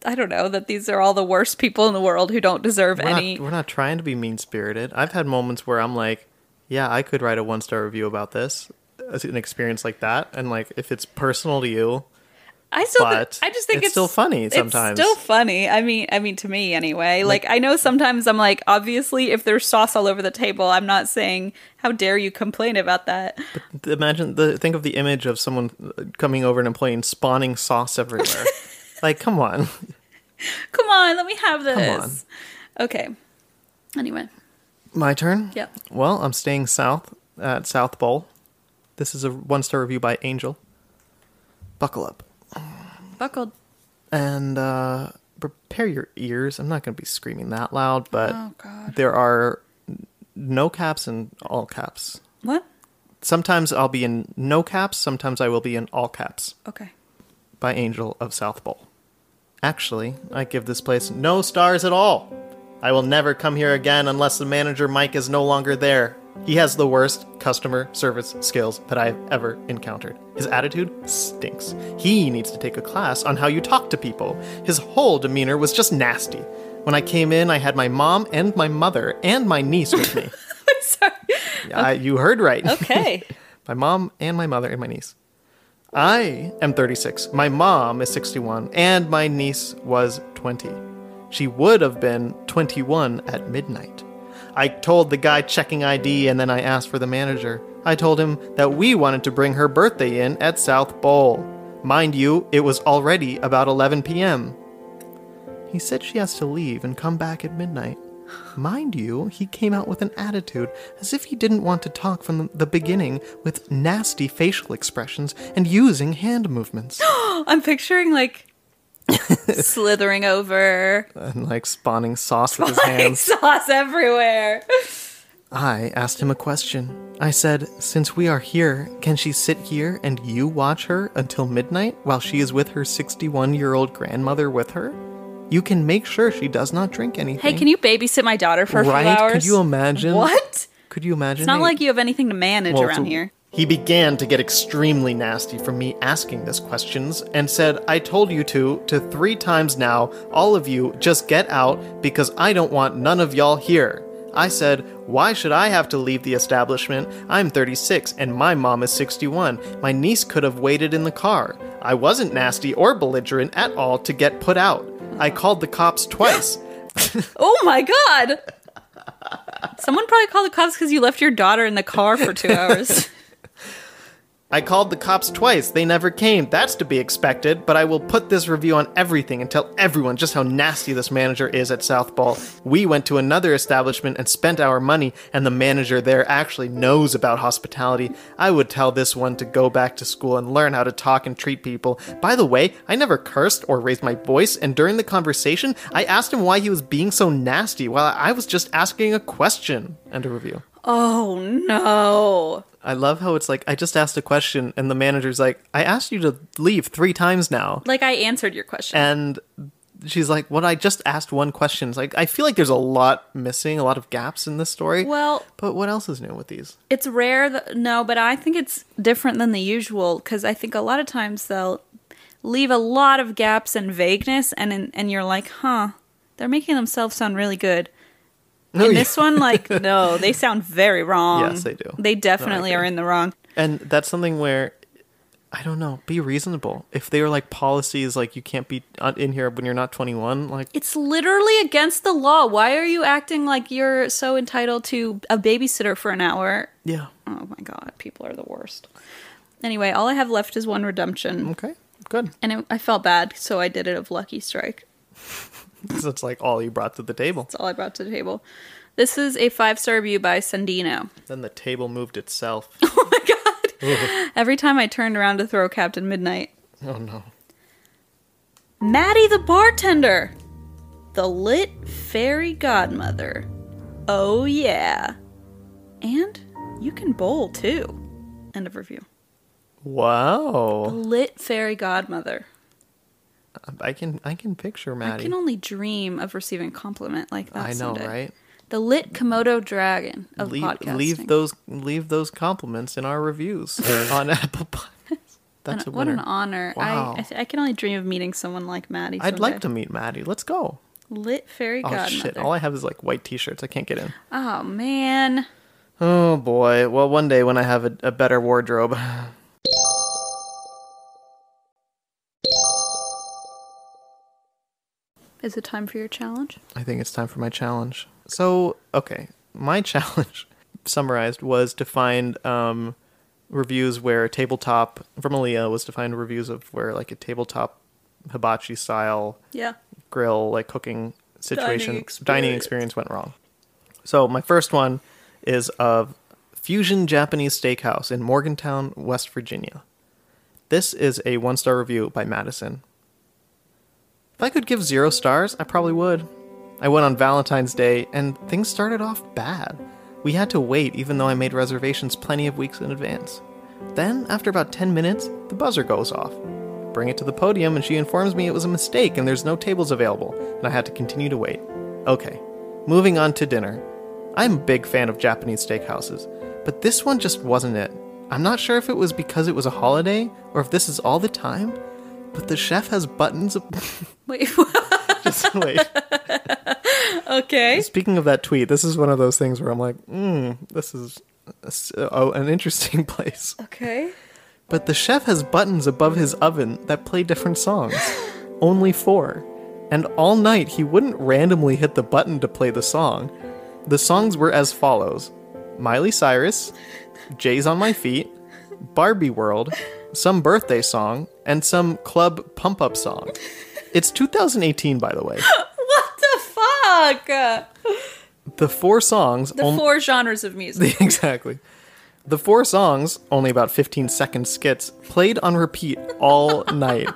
Speaker 1: I don't know, that these are all the worst people in the world who don't deserve
Speaker 2: we're,
Speaker 1: any.
Speaker 2: not, we're not trying to be mean spirited. I've had moments where I'm like, yeah, I could write a one star review about this, as an experience like that, and like if it's personal to you,
Speaker 1: I still, thi-
Speaker 2: but
Speaker 1: I just think
Speaker 2: it's
Speaker 1: it's,
Speaker 2: still funny sometimes.
Speaker 1: It's still funny. I mean, I mean to me anyway. Like, I know sometimes I'm like, obviously, if there's sauce all over the table, I'm not saying how dare you complain about that.
Speaker 2: imagine the think of the image of someone uh, coming over an employee and spawning sauce everywhere. like, come on.
Speaker 1: Come on, let me have this.
Speaker 2: on.
Speaker 1: Okay. Anyway,
Speaker 2: My turn?
Speaker 1: Yep.
Speaker 2: Well, I'm staying south at South Bowl. This is a one star review by Angel. Buckle up.
Speaker 1: buckled.
Speaker 2: And uh, prepare your ears. I'm not going to be screaming that loud, but
Speaker 1: Oh, God.
Speaker 2: there are n- no caps and all caps.
Speaker 1: What?
Speaker 2: Sometimes I'll be in no caps, sometimes I will be in all caps.
Speaker 1: Okay.
Speaker 2: by Angel of South Bowl. Actually, I give this place no stars at all. I will never come here again unless the manager Mike is no longer there. He has the worst customer service skills that I have ever encountered. His attitude stinks. He needs to take a class on how you talk to people. His whole demeanor was just nasty. When I came in, I had my mom and my mother and my niece with me.
Speaker 1: Sorry.
Speaker 2: I, you heard right.
Speaker 3: Okay.
Speaker 2: my mom and my mother and my niece. I am 36. My mom is 61, and my niece was 20. She would have been 21 at midnight. I told the guy checking ID, and then I asked for the manager. I told him that we wanted to bring her birthday in at South Bowl. Mind you, it was already about 11 p.m. He said she has to leave and come back at midnight. Mind you, he came out with an attitude as if he didn't want to talk from the- the beginning with nasty facial expressions and using hand movements.
Speaker 1: I'm picturing like slithering over,
Speaker 2: and like spawning sauce with his hands.
Speaker 1: sauce everywhere.
Speaker 2: I asked him a question. I said, Since we are here, can she sit here and you watch her until midnight while she is with her 61 year old grandmother with her? You can make sure she does not drink anything.
Speaker 1: Hey, can you babysit my daughter for a
Speaker 2: right?
Speaker 1: few hours?
Speaker 2: Could you imagine?
Speaker 1: What?
Speaker 2: Could you imagine?
Speaker 1: It's not
Speaker 2: a-
Speaker 1: like you have anything to manage
Speaker 2: Well,
Speaker 1: around
Speaker 2: so-
Speaker 1: here.
Speaker 2: He began to get extremely nasty from me asking this questions and said, I told you to, to three times now, all of you, just get out because I don't want none of y'all here. I said, Why should I have to leave the establishment? I'm 36 and my mom is 61. My niece could have waited in the car. I wasn't nasty or belligerent at all to get put out. I called the cops twice.
Speaker 1: Oh my god! Someone probably called the cops because you left your daughter in the car for two hours.
Speaker 2: I called the cops twice. They never came. That's to be expected, but I will put this review on everything and tell everyone just how nasty this manager is at South Ball. We went to another establishment and spent our money, and the manager there actually knows about hospitality. I would tell this one to go back to school and learn how to talk and treat people. By the way, I never cursed or raised my voice, and during the conversation, I asked him why he was being so nasty while I was just asking a question. End of review.
Speaker 1: oh no.
Speaker 2: I love how it's like I just asked a question and the manager's like, "I asked you to leave 3 times now."
Speaker 1: Like I answered your question.
Speaker 2: And she's like, "What? I just asked one question." It's like I feel like there's a lot missing, a lot of gaps in this story.
Speaker 1: Well-
Speaker 2: but what else is new with these?
Speaker 1: It's rare that no, but I think it's different than the usual because I think a lot of times they'll leave a lot of gaps and vagueness, and and you're like, huh, they're making themselves sound really good.
Speaker 2: No,
Speaker 1: In
Speaker 2: you-
Speaker 1: this one, like, no, they sound very wrong.
Speaker 2: Oh, Yes, they do.
Speaker 1: They definitely
Speaker 2: agree.
Speaker 1: are in the wrong.
Speaker 2: And that's something where I don't know, be reasonable. If they were like policies like you can't be on- in here when you're not 21, like
Speaker 1: It's literally against the law. Why are you acting like you're so entitled to a babysitter for an hour?
Speaker 2: yeah.
Speaker 1: Oh my god, people are the worst. Anyway, all I have left is one redemption,
Speaker 2: Okay. Good.
Speaker 1: and it, I felt bad, so I did it of Lucky Strike.
Speaker 2: 'Cause it's like all you brought to the table.
Speaker 1: That's all I brought to the table. This is a five star review by Sandino.
Speaker 2: Then the table moved itself.
Speaker 1: Every time I turned around to throw Captain Midnight,
Speaker 2: oh no.
Speaker 1: Maddie the bartender, the lit fairy godmother. Oh yeah, and you can bowl too. End of review.
Speaker 2: Wow.
Speaker 1: Lit fairy godmother.
Speaker 2: I can I can picture
Speaker 1: I
Speaker 2: Maddie.
Speaker 1: can only dream of receiving a compliment like that.
Speaker 2: I know,
Speaker 1: someday.
Speaker 2: right?
Speaker 1: The lit Komodo dragon of
Speaker 2: leave,
Speaker 1: podcasting.
Speaker 2: leave those leave those compliments in our reviews on Apple Podcasts. That's a
Speaker 1: What
Speaker 2: winner.
Speaker 1: an honor!
Speaker 2: Wow.
Speaker 1: I I, th- I can only dream of meeting someone like Maddie.
Speaker 2: I'd like
Speaker 1: someday.
Speaker 2: to meet Maddie. Let's go.
Speaker 1: Lit fairy
Speaker 2: Oh
Speaker 1: godmother.
Speaker 2: shit! All I have is like white T-shirts. I can't get in.
Speaker 1: Oh man.
Speaker 2: Oh boy. Well, one day when I have a, a better wardrobe.
Speaker 1: Is it time for your challenge?
Speaker 2: I think it's time for my challenge. So, okay, my challenge summarized was to find um, reviews where tabletop from Aaliyah was to find reviews of where like a tabletop hibachi style
Speaker 1: Yeah.
Speaker 2: grill like cooking situation dining experience.
Speaker 1: experience.
Speaker 2: went wrong. So my first one is of Fusion Japanese Steakhouse in Morgantown, West Virginia. This is a one star review by Madison. If I could give zero stars, I probably would. I went on Valentine's Day and things started off bad. We had to wait even though I made reservations plenty of weeks in advance. Then, after about 10 minutes, the buzzer goes off. bring it to the podium, and she informs me it was a mistake and there's no tables available, and I had to continue to wait. Okay, moving on to dinner. I'm a big fan of Japanese steakhouses, but this one just wasn't it. I'm not sure if it was because it was a holiday or if this is all the time, but the chef has buttons.
Speaker 1: Wait.
Speaker 2: just wait.
Speaker 1: okay.
Speaker 2: Speaking of that tweet, this is one of those things where I'm like, mm, this is s- oh, an interesting place.
Speaker 1: Okay.
Speaker 2: But the chef has buttons above his oven that play different songs. Only four. And all night he wouldn't randomly hit the button to play the song. The songs were as follows Miley Cyrus, Jay's on My Feet, Barbie World, some birthday song, and some club pump up song. It's 2018, by the way.
Speaker 1: What the fuck?
Speaker 2: The four songs
Speaker 1: The
Speaker 2: only-
Speaker 1: four genres of music.
Speaker 2: exactly. The four songs, only about 15 second skits, played on repeat all night.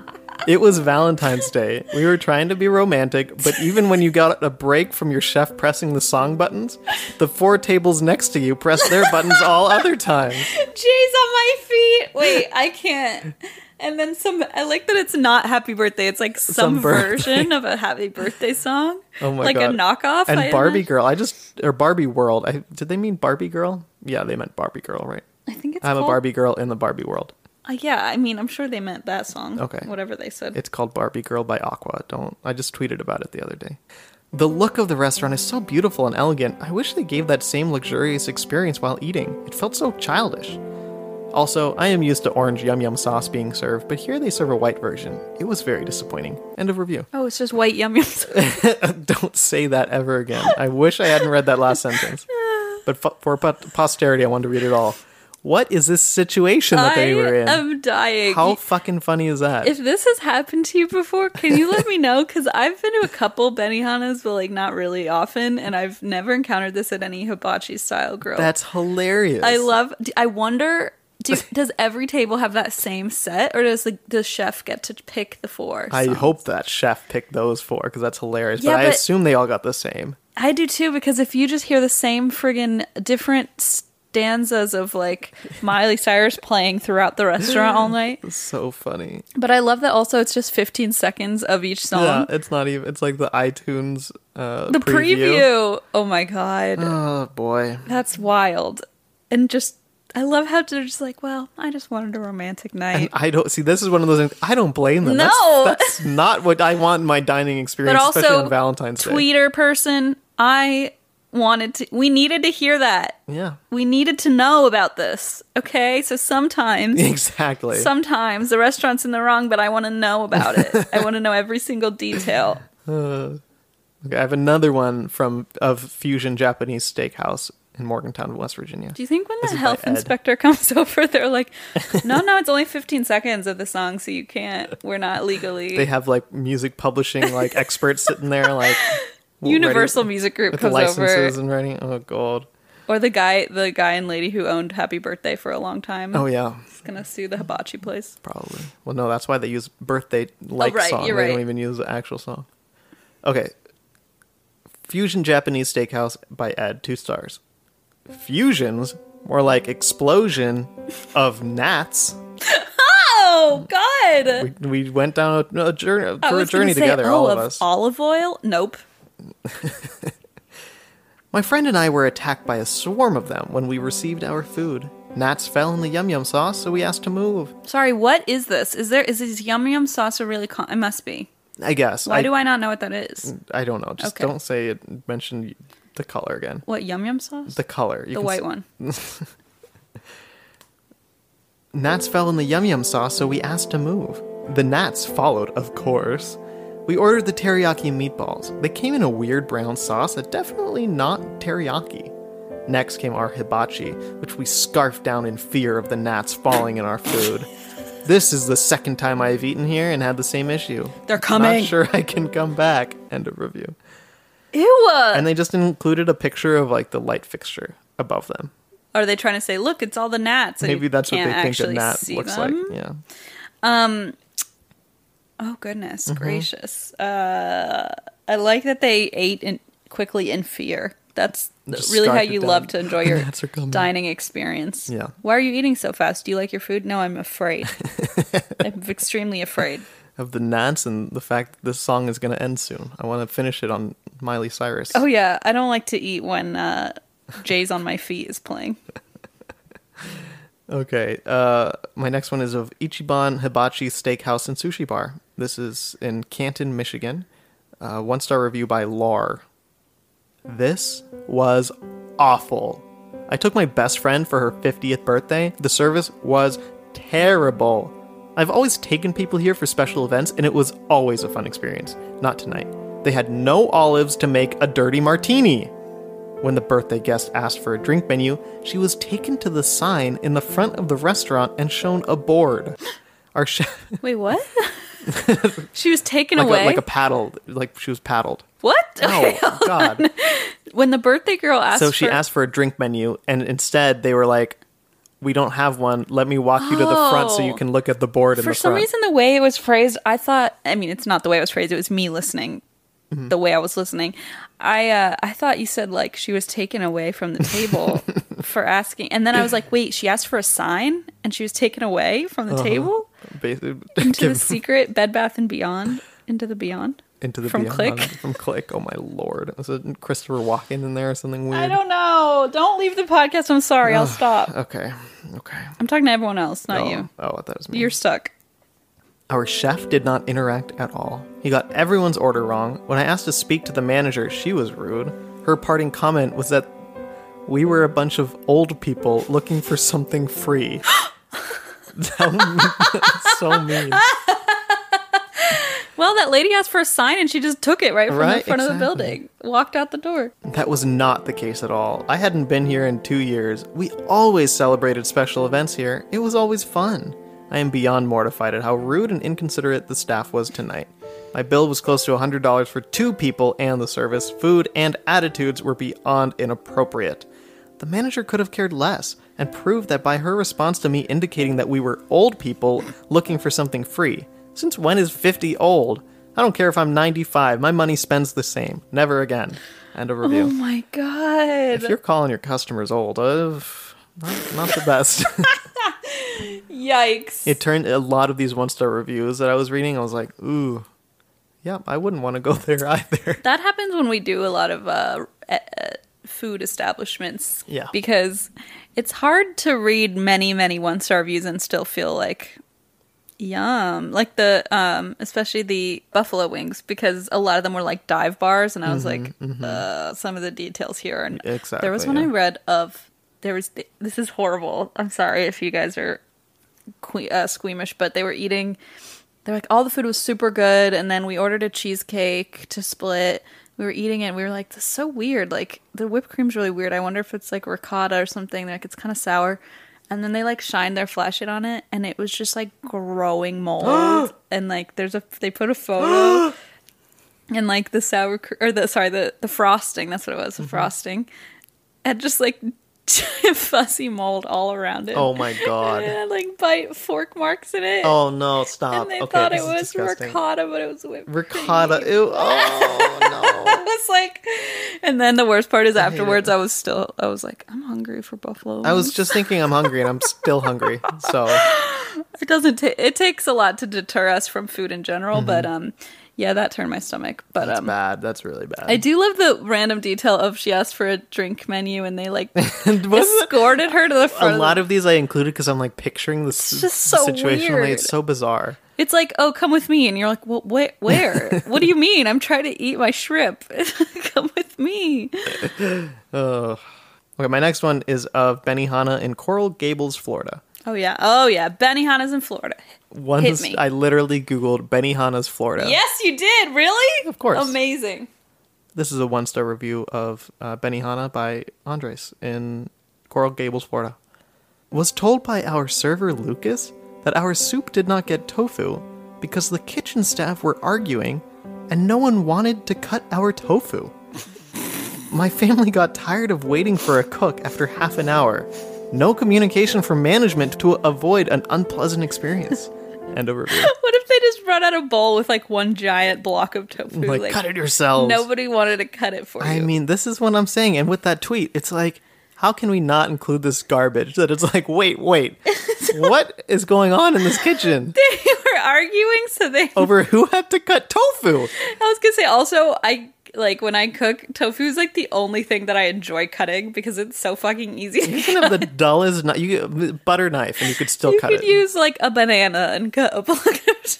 Speaker 2: It was Valentine's Day. We were trying to be romantic, but even when you got a break from your chef pressing the song buttons, the four tables next to you pressed their buttons all other times.
Speaker 1: Jay's on my feet. Wait, I can't. And then some. I like that it's not Happy Birthday. It's like some,
Speaker 2: Some birthday.
Speaker 1: version of a Happy Birthday song.
Speaker 2: Oh my
Speaker 1: like
Speaker 2: god.
Speaker 1: a knockoff.
Speaker 2: And
Speaker 1: I
Speaker 2: Barbie
Speaker 1: imagine.
Speaker 2: Girl. I just or Barbie World. I did they mean Barbie Girl? Yeah, they meant Barbie Girl, right?
Speaker 1: I think it's.
Speaker 2: I'm a
Speaker 1: called-
Speaker 2: Barbie girl in the Barbie world.
Speaker 1: Uh, yeah, I mean, I'm sure they meant that song.
Speaker 2: Okay.
Speaker 1: Whatever they said.
Speaker 2: It's called Barbie Girl by Aqua. Don't I just tweeted about it the other day. The look of the restaurant is so beautiful and elegant. I wish they gave that same luxurious experience while eating. It felt so childish. Also, I am used to orange yum yum sauce being served, but here they serve a white version. It was very disappointing. End of review.
Speaker 1: oh, it's just white yum yums.
Speaker 2: Don't say that ever again. I wish I hadn't read that last sentence. But fo- for po- posterity, I wanted to read it all. What is this situation that
Speaker 1: I
Speaker 2: they were in?
Speaker 1: am dying.
Speaker 2: How fucking funny is that?
Speaker 1: if this has happened to you before, can you let me know? Because I've been to a couple Benihanas, but like not really often, and I've never encountered this at any hibachi style grill.
Speaker 2: That's hilarious.
Speaker 1: I love. d- I wonder. Do, does every table have that same set, or does the, the chef get to pick the four?
Speaker 2: I
Speaker 1: songs?
Speaker 2: hope that chef picked those four because that's hilarious.
Speaker 1: Yeah,
Speaker 2: but, I
Speaker 1: but-
Speaker 2: assume they all got the same.
Speaker 1: I do too, because if you just hear the same friggin' different stanzas of like Miley Cyrus playing throughout the restaurant all night,
Speaker 2: It's so funny.
Speaker 1: but I love that also it's just 15 seconds of each song.
Speaker 2: Yeah, it's not even. It's like the iTunes. Uh,
Speaker 1: the preview. Oh my god,
Speaker 2: Oh boy.
Speaker 1: that's wild, and just I love how they're just like, well, I just wanted a romantic night.
Speaker 2: I don't see. This is one of those things. I don't blame them. That's-
Speaker 1: No.
Speaker 2: that's, not what I want in my dining
Speaker 1: but
Speaker 2: experience, especially
Speaker 1: also
Speaker 2: on Valentine's Day.
Speaker 1: Tweeter person, I wanted to. We needed to hear that.
Speaker 2: Yeah,
Speaker 1: We needed to know about this. Okay, so sometimes,
Speaker 2: exactly.
Speaker 1: sometimes the restaurant's in the wrong, but I want to know about it. I want to know every single detail.
Speaker 2: okay, I have another one from of Fusion Japanese Steakhouse in Morgantown, West Virginia.
Speaker 1: Do you think when
Speaker 2: This
Speaker 1: the
Speaker 2: is by
Speaker 1: health
Speaker 2: Ed.
Speaker 1: inspector comes over, they're like, "No, no, it's only 15 seconds of the song, so you can't. We're not legally."
Speaker 2: they have like music publishing like experts sitting there like w-
Speaker 1: Universal
Speaker 2: ready-
Speaker 1: Music Group
Speaker 2: with the
Speaker 1: comes
Speaker 2: licenses
Speaker 1: over,
Speaker 2: and writing. Oh god.
Speaker 1: or the guy, the guy and lady who owned Happy Birthday for a long time.
Speaker 2: Oh yeah,
Speaker 1: is gonna sue the hibachi place.
Speaker 2: probably. Well, no, that's why they use birthday like
Speaker 1: Oh, right,
Speaker 2: song.
Speaker 1: you're
Speaker 2: they don't
Speaker 1: right.
Speaker 2: even use the actual song. Okay. Fusion Japanese Steakhouse by Ed, two stars. Fusions, more like explosion of gnats.
Speaker 1: Oh God!
Speaker 2: We, we went down a, a journey,
Speaker 1: I
Speaker 2: for a
Speaker 1: was gonna
Speaker 2: journey
Speaker 1: say,
Speaker 2: together,
Speaker 1: oh,
Speaker 2: all of us.
Speaker 1: Olive oil? Nope.
Speaker 2: My friend and I were attacked by a swarm of them when we received our food. Gnats fell in the yum yum sauce, so we asked to move.
Speaker 1: Sorry, what is this? Is there is this yum yum sauce a really? Con- it must be.
Speaker 2: I guess.
Speaker 1: Why
Speaker 2: I,
Speaker 1: do I not know what that is?
Speaker 2: I don't know. Just
Speaker 1: Okay.
Speaker 2: don't say it. Mention the color again.
Speaker 1: What yum yum sauce?
Speaker 2: The color. You
Speaker 1: The
Speaker 2: can
Speaker 1: white
Speaker 2: s-
Speaker 1: one.
Speaker 2: Gnats fell in the yum yum sauce, so we asked to move. The gnats followed, of course. We ordered the teriyaki meatballs. They came in a weird brown sauce that definitely not teriyaki. Next came our hibachi, which we scarfed down in fear of the gnats falling in our food. This is the second time I have eaten here and had the same issue.
Speaker 1: They're coming.
Speaker 2: Not sure I can come back. End of review.
Speaker 1: Ew!
Speaker 2: And they just included a picture of like the light fixture above them.
Speaker 1: Are they trying to say, look, it's all the gnats? and
Speaker 2: Maybe
Speaker 1: you
Speaker 2: that's what
Speaker 1: can't
Speaker 2: they think a
Speaker 1: actually
Speaker 2: gnat
Speaker 1: see
Speaker 2: looks
Speaker 1: them?
Speaker 2: like. Yeah.
Speaker 1: Oh
Speaker 2: Mm-hmm.
Speaker 1: goodness gracious! Uh, I like that they ate in, quickly in fear. That's
Speaker 2: Just
Speaker 1: really
Speaker 2: starve
Speaker 1: how
Speaker 2: it
Speaker 1: you
Speaker 2: down.
Speaker 1: love to enjoy your
Speaker 2: Gnats are coming.
Speaker 1: dining experience.
Speaker 2: Yeah.
Speaker 1: Why are you eating so fast? Do you like your food? No, I'm afraid. I'm extremely afraid.
Speaker 2: of the Nance and the fact that this song is going to end soon. I want to finish it on Miley Cyrus.
Speaker 1: Oh yeah, I don't like to eat when uh, Jay's on my feet is playing.
Speaker 2: Okay. Uh, my next one is of Ichiban Hibachi Steakhouse and Sushi Bar. This is in Canton, Michigan. Uh, one star review by Lar. This was awful. I took my best friend for her 50th birthday. The service was terrible. I've always taken people here for special events, and it was always a fun experience. Not tonight. They had no olives to make a dirty martini. When the birthday guest asked for a drink menu, she was taken to the sign in the front of the restaurant and shown a board. Our chef,
Speaker 1: Wait, what? she was taken
Speaker 2: like, a,
Speaker 1: away.
Speaker 2: like a paddle, like she was paddled.
Speaker 1: what? Okay.
Speaker 2: Oh God!
Speaker 1: When the birthday girl asked,
Speaker 2: So she
Speaker 1: for-
Speaker 2: asked for a drink menu, and instead they were like, "We don't have one. Let me walk you to the front so you
Speaker 1: Oh.
Speaker 2: can look at the board in
Speaker 1: For
Speaker 2: the
Speaker 1: some
Speaker 2: front."
Speaker 1: reason, the way it was phrased, I thought. I mean, it's not the way it was phrased. It was me listening,
Speaker 2: Mm-hmm.
Speaker 1: the way I was listening. I uh, I thought you said like she was taken away from the table for asking, and then I was like, wait, she asked for a sign, and she was taken away from the table
Speaker 2: Basically,
Speaker 1: into the
Speaker 2: Uh-huh. give-
Speaker 1: secret Bed Bath and Beyond, into the Beyond,
Speaker 2: into the
Speaker 1: from
Speaker 2: beyond,
Speaker 1: Click.
Speaker 2: from click. Oh my lord! Was it Christopher Walken in there or something weird?
Speaker 1: I don't know. Don't leave the podcast. I'm sorry. I'll stop.
Speaker 2: Okay, okay.
Speaker 1: I'm talking to everyone else, not
Speaker 2: oh,
Speaker 1: you.
Speaker 2: oh, I thought it was me.
Speaker 1: You're stuck.
Speaker 2: Our chef did not interact at all. He got everyone's order wrong. When I asked to speak to the manager, she was rude. Her parting comment was that we were a bunch of old people looking for something free. That's so mean.
Speaker 1: Well, that lady asked for a sign and she just took it right from the
Speaker 2: Right,
Speaker 1: front of the
Speaker 2: exactly.
Speaker 1: building, walked out the door.
Speaker 2: That was not the case at all. I hadn't been here in two years. We always celebrated special events here. It was always fun. I am beyond mortified at how rude and inconsiderate the staff was tonight. My bill was close to $100 for two people and the service. Food and attitudes were beyond inappropriate. The manager could have cared less and proved that by her response to me indicating that we were old people looking for something free. Since when is 50 old? I don't care if I'm 95, my money spends the same. Never again. End of review.
Speaker 1: Oh my god.
Speaker 2: If you're calling your customers old, uh, not, not the best.
Speaker 1: Yikes.
Speaker 2: it turned a lot of these one star reviews that I was reading. I was like, ooh, yeah, I wouldn't want to go there either.
Speaker 1: that happens when we do a lot of uh, e- uh, food establishments.
Speaker 2: Yeah.
Speaker 1: Because it's hard to read many, many one star reviews and still feel like yum. Like the, um, especially the buffalo wings, because a lot of them were like dive bars, and I was like, Uh, some of the details here are. n- There was
Speaker 2: Mm-hmm, Exactly,
Speaker 1: one I
Speaker 2: yeah.
Speaker 1: read of. There was this is horrible. I'm sorry if you guys are que- uh, squeamish, but they were eating. They're like, all the food was super good, and then we ordered a cheesecake to split. We were eating it, and we were like, this is so weird. Like, the whipped cream's really weird. I wonder if it's like ricotta or something. Like, it's kind of sour. And then they like shined their flashlight on it, and it was just like growing mold. and like, there's a they put a photo, and like the sour cr- or the sorry the the frosting. That's what it
Speaker 2: Mm-hmm.
Speaker 1: was, the frosting, and just like fussy mold all around it.
Speaker 2: Oh my
Speaker 1: And it
Speaker 2: god.
Speaker 1: had, like bite fork marks in it.
Speaker 2: Oh no, stop.
Speaker 1: And they
Speaker 2: okay,
Speaker 1: thought
Speaker 2: this
Speaker 1: it
Speaker 2: is
Speaker 1: was
Speaker 2: disgusting.
Speaker 1: ricotta, but it was whipped cream.
Speaker 2: Ricotta. Ew. Oh
Speaker 1: I was like, and then the worst part is afterwards, I was still, I was like, I'm hungry for buffalo.
Speaker 2: no. I was
Speaker 1: wings.
Speaker 2: just thinking I'm hungry and I'm still hungry. So
Speaker 1: It doesn't. Ta- it takes a lot to deter us from food in general, but um, yeah, that turned my stomach. But
Speaker 2: Mm-hmm. that's
Speaker 1: um,
Speaker 2: bad. That's really bad.
Speaker 1: I do love the random detail of she asked for a drink menu and they like
Speaker 2: And was it-
Speaker 1: escorted her to the front.
Speaker 2: a lot of these I included because I'm like picturing this
Speaker 1: just so
Speaker 2: situation. I'm like,
Speaker 1: weird.
Speaker 2: It's so bizarre.
Speaker 1: It's like, oh, come with me, and you're like, well, wh- where? what do you mean? I'm trying to eat my shrimp. come with me.
Speaker 2: Okay, my next one is of Benihana in Coral Gables, Florida.
Speaker 1: Oh yeah, oh yeah. Benihana's in Florida. Hit
Speaker 2: Once
Speaker 1: me.
Speaker 2: I literally Googled Benihana's Florida.
Speaker 1: Yes, you did. Really?
Speaker 2: Of course.
Speaker 1: Amazing.
Speaker 2: This is a one star review of uh, Benihana by Andres in Coral Gables, Florida. Was told by our server Lucas that our soup did not get tofu because the kitchen staff were arguing and no one wanted to cut our tofu. My family got tired of waiting for a cook after half an hour. No communication from management to avoid an unpleasant experience. End of review.
Speaker 1: What if they just brought out a bowl with like one giant block of tofu.
Speaker 2: like, cut it yourselves.
Speaker 1: Nobody wanted to cut it for
Speaker 2: I
Speaker 1: you.
Speaker 2: mean, this is what I'm saying. And with that tweet, it's like, how can we not include this garbage? That it's like, wait, wait, what is going on in this kitchen?
Speaker 1: they were arguing, so they.
Speaker 2: Over who had to cut tofu?
Speaker 1: I was gonna say also, I like when I cook tofu is like the only thing that I enjoy cutting because it's so fucking easy. to
Speaker 2: You can have the dullest knife, you get butter knife, and you could still
Speaker 1: you
Speaker 2: cut
Speaker 1: could
Speaker 2: it.
Speaker 1: use like a banana and cut a block of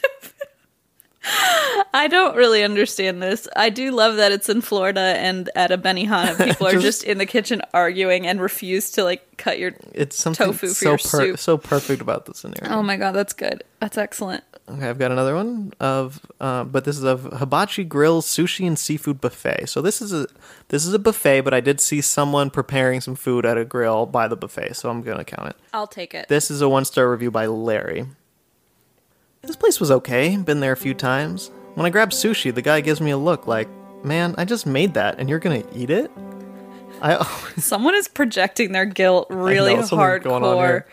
Speaker 1: tofu. I don't really understand this. I do love that it's in Florida and at a Benihana, people are
Speaker 2: Just-
Speaker 1: just in the kitchen arguing and refuse to like cut your.
Speaker 2: it's something
Speaker 1: tofu for
Speaker 2: so
Speaker 1: your
Speaker 2: per-
Speaker 1: soup.
Speaker 2: so perfect about this scenario.
Speaker 1: Oh my god, that's good. That's excellent.
Speaker 2: Okay, I've got another one of, uh, but this is of Hibachi Grill Sushi and Seafood Buffet. So this is a this is a buffet, but I did see someone preparing some food at a grill by the buffet, so I'm gonna count it.
Speaker 1: I'll take it.
Speaker 2: This is a one star review by Larry. This place was okay, been there a few times. When I grab sushi, the guy gives me a look like, man, I just made that and you're gonna eat it? I,
Speaker 1: Someone is projecting their guilt really
Speaker 2: know,
Speaker 1: hardcore.
Speaker 2: something's going on here.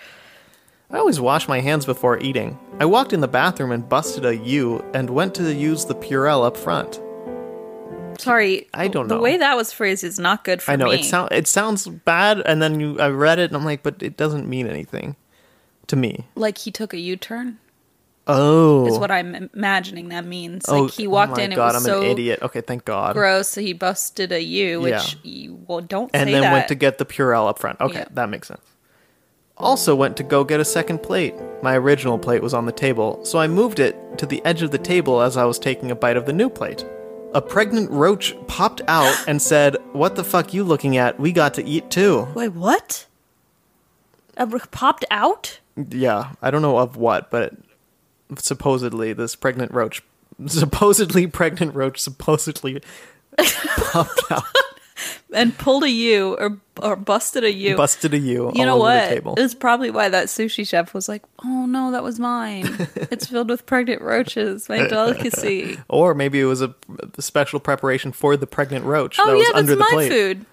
Speaker 2: I always wash my hands before eating. I walked in the bathroom and busted a U and went to use the Purell up front.
Speaker 1: Sorry,
Speaker 2: I don't
Speaker 1: The
Speaker 2: know.
Speaker 1: way that was phrased is not good for
Speaker 2: I know
Speaker 1: me.
Speaker 2: it sound it sounds bad, and then you I read it and I'm like, but it doesn't mean anything to me.
Speaker 1: like he took a U-turn.
Speaker 2: Oh,
Speaker 1: Is what I'm im- imagining that means.
Speaker 2: oh,
Speaker 1: like he walked
Speaker 2: oh my
Speaker 1: in,
Speaker 2: God,
Speaker 1: it was
Speaker 2: I'm
Speaker 1: so
Speaker 2: an idiot. Okay, thank God.
Speaker 1: gross. So he busted a U, which
Speaker 2: Yeah.
Speaker 1: you, well, don't
Speaker 2: and
Speaker 1: say
Speaker 2: then
Speaker 1: that.
Speaker 2: went to get the Purell up front. Okay,
Speaker 1: Yeah.
Speaker 2: that makes sense. Also went to go get a second plate. My original plate was on the table, so I moved it to the edge of the table as I was taking a bite of the new plate. A pregnant roach popped out and said, "What the fuck you looking at? We got to eat too."
Speaker 1: Wait, what? A r- popped out?
Speaker 2: Yeah, I don't know of what, but supposedly this pregnant roach, supposedly pregnant roach, supposedly
Speaker 1: And pulled a U or or busted a U.
Speaker 2: busted a U
Speaker 1: you
Speaker 2: all
Speaker 1: know
Speaker 2: over
Speaker 1: what?
Speaker 2: the table.
Speaker 1: It's probably why that sushi chef was like, "Oh no, that was mine. it's filled with pregnant roaches, my delicacy."
Speaker 2: Or maybe it was a, a special preparation for the pregnant roach
Speaker 1: oh
Speaker 2: that was
Speaker 1: yeah,
Speaker 2: under
Speaker 1: that's my
Speaker 2: the plate.
Speaker 1: food.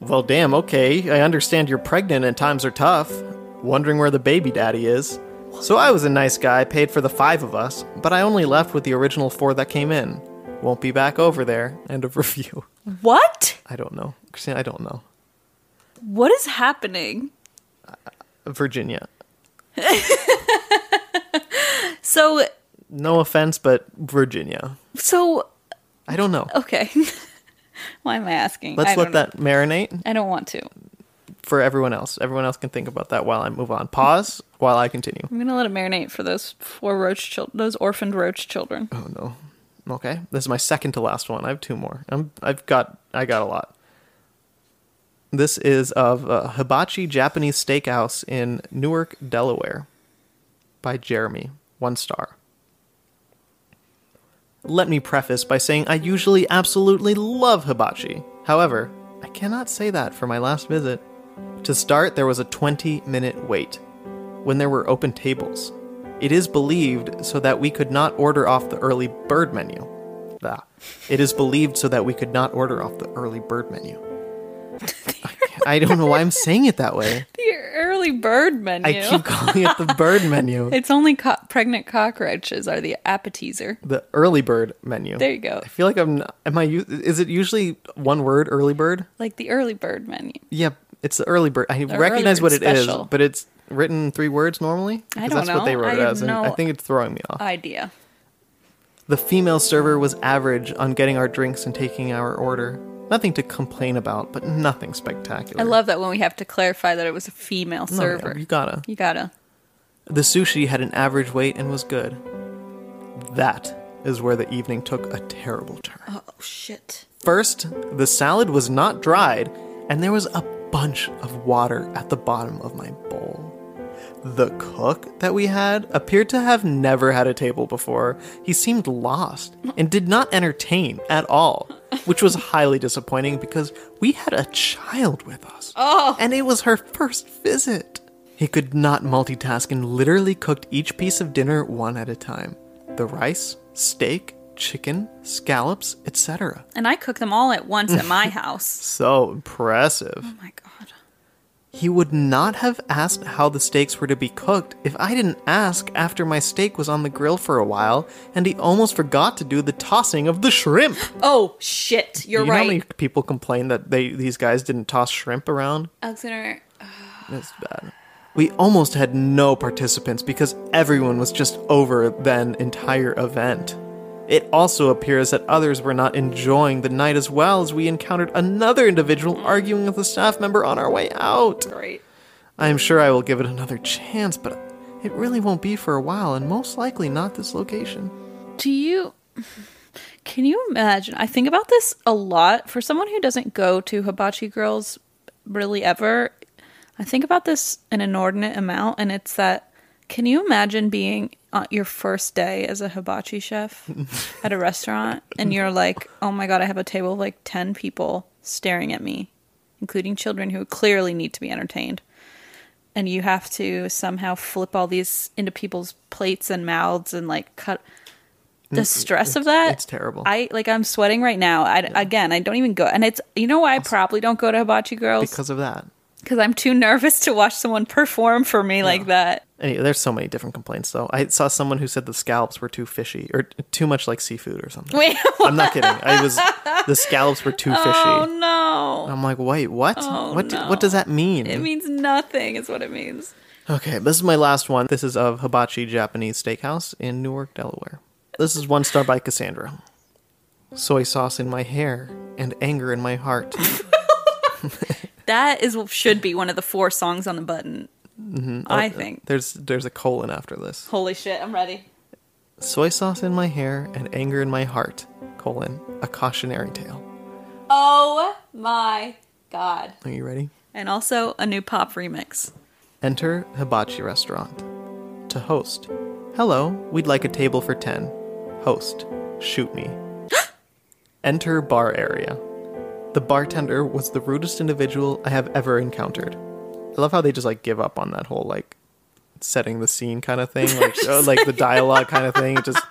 Speaker 2: Well, damn, okay. I understand you're pregnant and times are tough. Wondering where the baby daddy is. So I was a nice guy, paid for the five of us, but I only left with the original four that came in. Won't be back over there. End of review.
Speaker 1: What?
Speaker 2: I don't know. Christine, I don't know.
Speaker 1: What is happening?
Speaker 2: Virginia.
Speaker 1: So
Speaker 2: No offense, but Virginia.
Speaker 1: so
Speaker 2: I don't know.
Speaker 1: okay. why am I asking? I
Speaker 2: Let's
Speaker 1: don't
Speaker 2: let
Speaker 1: know.
Speaker 2: that marinate
Speaker 1: I don't want to.
Speaker 2: for everyone else. Everyone else can think about that while I move on. Pause while I continue.
Speaker 1: I'm gonna let it marinate for those four roach children, those orphaned roach children.
Speaker 2: Oh no. Okay, this is my second to last one. I have two more. I'm, I've got I got a lot. This is of uh, Hibachi Japanese Steakhouse in Newark, Delaware, by Jeremy. One star. Let me preface by saying I usually absolutely love hibachi. However, I cannot say that for my last visit. To start, there was a 20 minute wait when there were open tables. It is believed so that we could not order off the early bird menu. Ah. It is believed so that we could not order off the early bird menu. I can't- I don't know why I'm saying it that way.
Speaker 1: The early bird menu.
Speaker 2: I keep calling it the bird menu.
Speaker 1: It's only co- pregnant cockroaches are the appetizer.
Speaker 2: The early bird menu.
Speaker 1: There you go.
Speaker 2: I feel like I'm. Not, am I? u- Is it usually one word? Early bird.
Speaker 1: Like the early bird menu.
Speaker 2: Yeah, it's the early bird. I
Speaker 1: The
Speaker 2: recognize
Speaker 1: early
Speaker 2: what
Speaker 1: bird
Speaker 2: it is,
Speaker 1: special.
Speaker 2: but it's written in three words normally.
Speaker 1: I
Speaker 2: 'Cause
Speaker 1: don't
Speaker 2: that's what they
Speaker 1: know.
Speaker 2: wrote
Speaker 1: I
Speaker 2: it
Speaker 1: have
Speaker 2: as, and
Speaker 1: no
Speaker 2: I think it's throwing me off.
Speaker 1: Idea.
Speaker 2: The female server was average on getting our drinks and taking our order. Nothing to complain about, but nothing spectacular.
Speaker 1: I love that when we have to clarify that it was a female
Speaker 2: No,
Speaker 1: server.
Speaker 2: you gotta.
Speaker 1: You gotta.
Speaker 2: The sushi had an average weight and was good. That is where the evening took a terrible turn.
Speaker 1: Oh shit.
Speaker 2: First, the salad was not dried, and there was a bunch of water at the bottom of my bowl. The cook that we had appeared to have never had a table before. He seemed lost and did not entertain at all, which was highly disappointing because we had a child with us. Oh. And it was her first visit. He could not multitask and literally cooked each piece of dinner one at a time the rice, steak, chicken, scallops, etc.
Speaker 1: And I cook them all at once at my house.
Speaker 2: So impressive.
Speaker 1: Oh my god.
Speaker 2: He would not have asked how the steaks were to be cooked if I didn't ask after my steak was on the grill for a while and he almost forgot to do the tossing of the shrimp.
Speaker 1: Oh shit! You're
Speaker 2: you know how
Speaker 1: right.
Speaker 2: many people complain that they these guys didn't toss shrimp around?
Speaker 1: Alexander,
Speaker 2: That's bad. We almost had no participants because everyone was just over that entire event. It also appears that others were not enjoying the night as well as we encountered another individual arguing with a staff member on our way out.
Speaker 1: right.
Speaker 2: I am sure I will give it another chance, but it really won't be for a while and most likely not this location.
Speaker 1: Do you Can you imagine? I think about this a lot for someone who doesn't go to hibachi grills really ever. I think about this an inordinate amount and it's that can you imagine being on your first day as a hibachi chef at a restaurant and you're like, "Oh my god, I have a table of like 10 people staring at me, including children who clearly need to be entertained." and you have to somehow flip all these into people's plates and mouths and like cut the stress of that
Speaker 2: it's terrible.
Speaker 1: i like i'm sweating right now I, again i don't even go and it's you know why i probably don't go to hibachi girls
Speaker 2: Because of that.
Speaker 1: because i'm too nervous to watch someone perform for me like that
Speaker 2: Anyway, there's so many different complaints though. I saw someone who said the scallops were too fishy or too much like seafood or something.
Speaker 1: wait
Speaker 2: I'm not kidding. I was the scallops were too fishy.
Speaker 1: oh no
Speaker 2: I'm like, wait, what?
Speaker 1: Oh,
Speaker 2: what? do-
Speaker 1: no.
Speaker 2: What does that mean?
Speaker 1: it means nothing is what it means
Speaker 2: okay, this is my last one. This is of Hibachi Japanese Steakhouse in Newark, Delaware. This is one star by Cassandra. Soy sauce in my hair and anger in my heart.
Speaker 1: that is should be one of the four songs on the button
Speaker 2: Mm-hmm. Oh,
Speaker 1: i think
Speaker 2: There's there's a colon after this.
Speaker 1: holy shit i'm ready
Speaker 2: Soy sauce in my hair and anger in my heart. Colon a cautionary tale.
Speaker 1: oh my god
Speaker 2: Are you ready?
Speaker 1: and also a new pop remix.
Speaker 2: Enter Hibachi Restaurant. To host. Hello, we'd like a table for 10. Host. Shoot me. Enter bar area. The bartender was the rudest individual I have ever encountered. I love how they just like give up on that whole like setting the scene kind of thing, like, uh, like the dialogue kind of thing. It just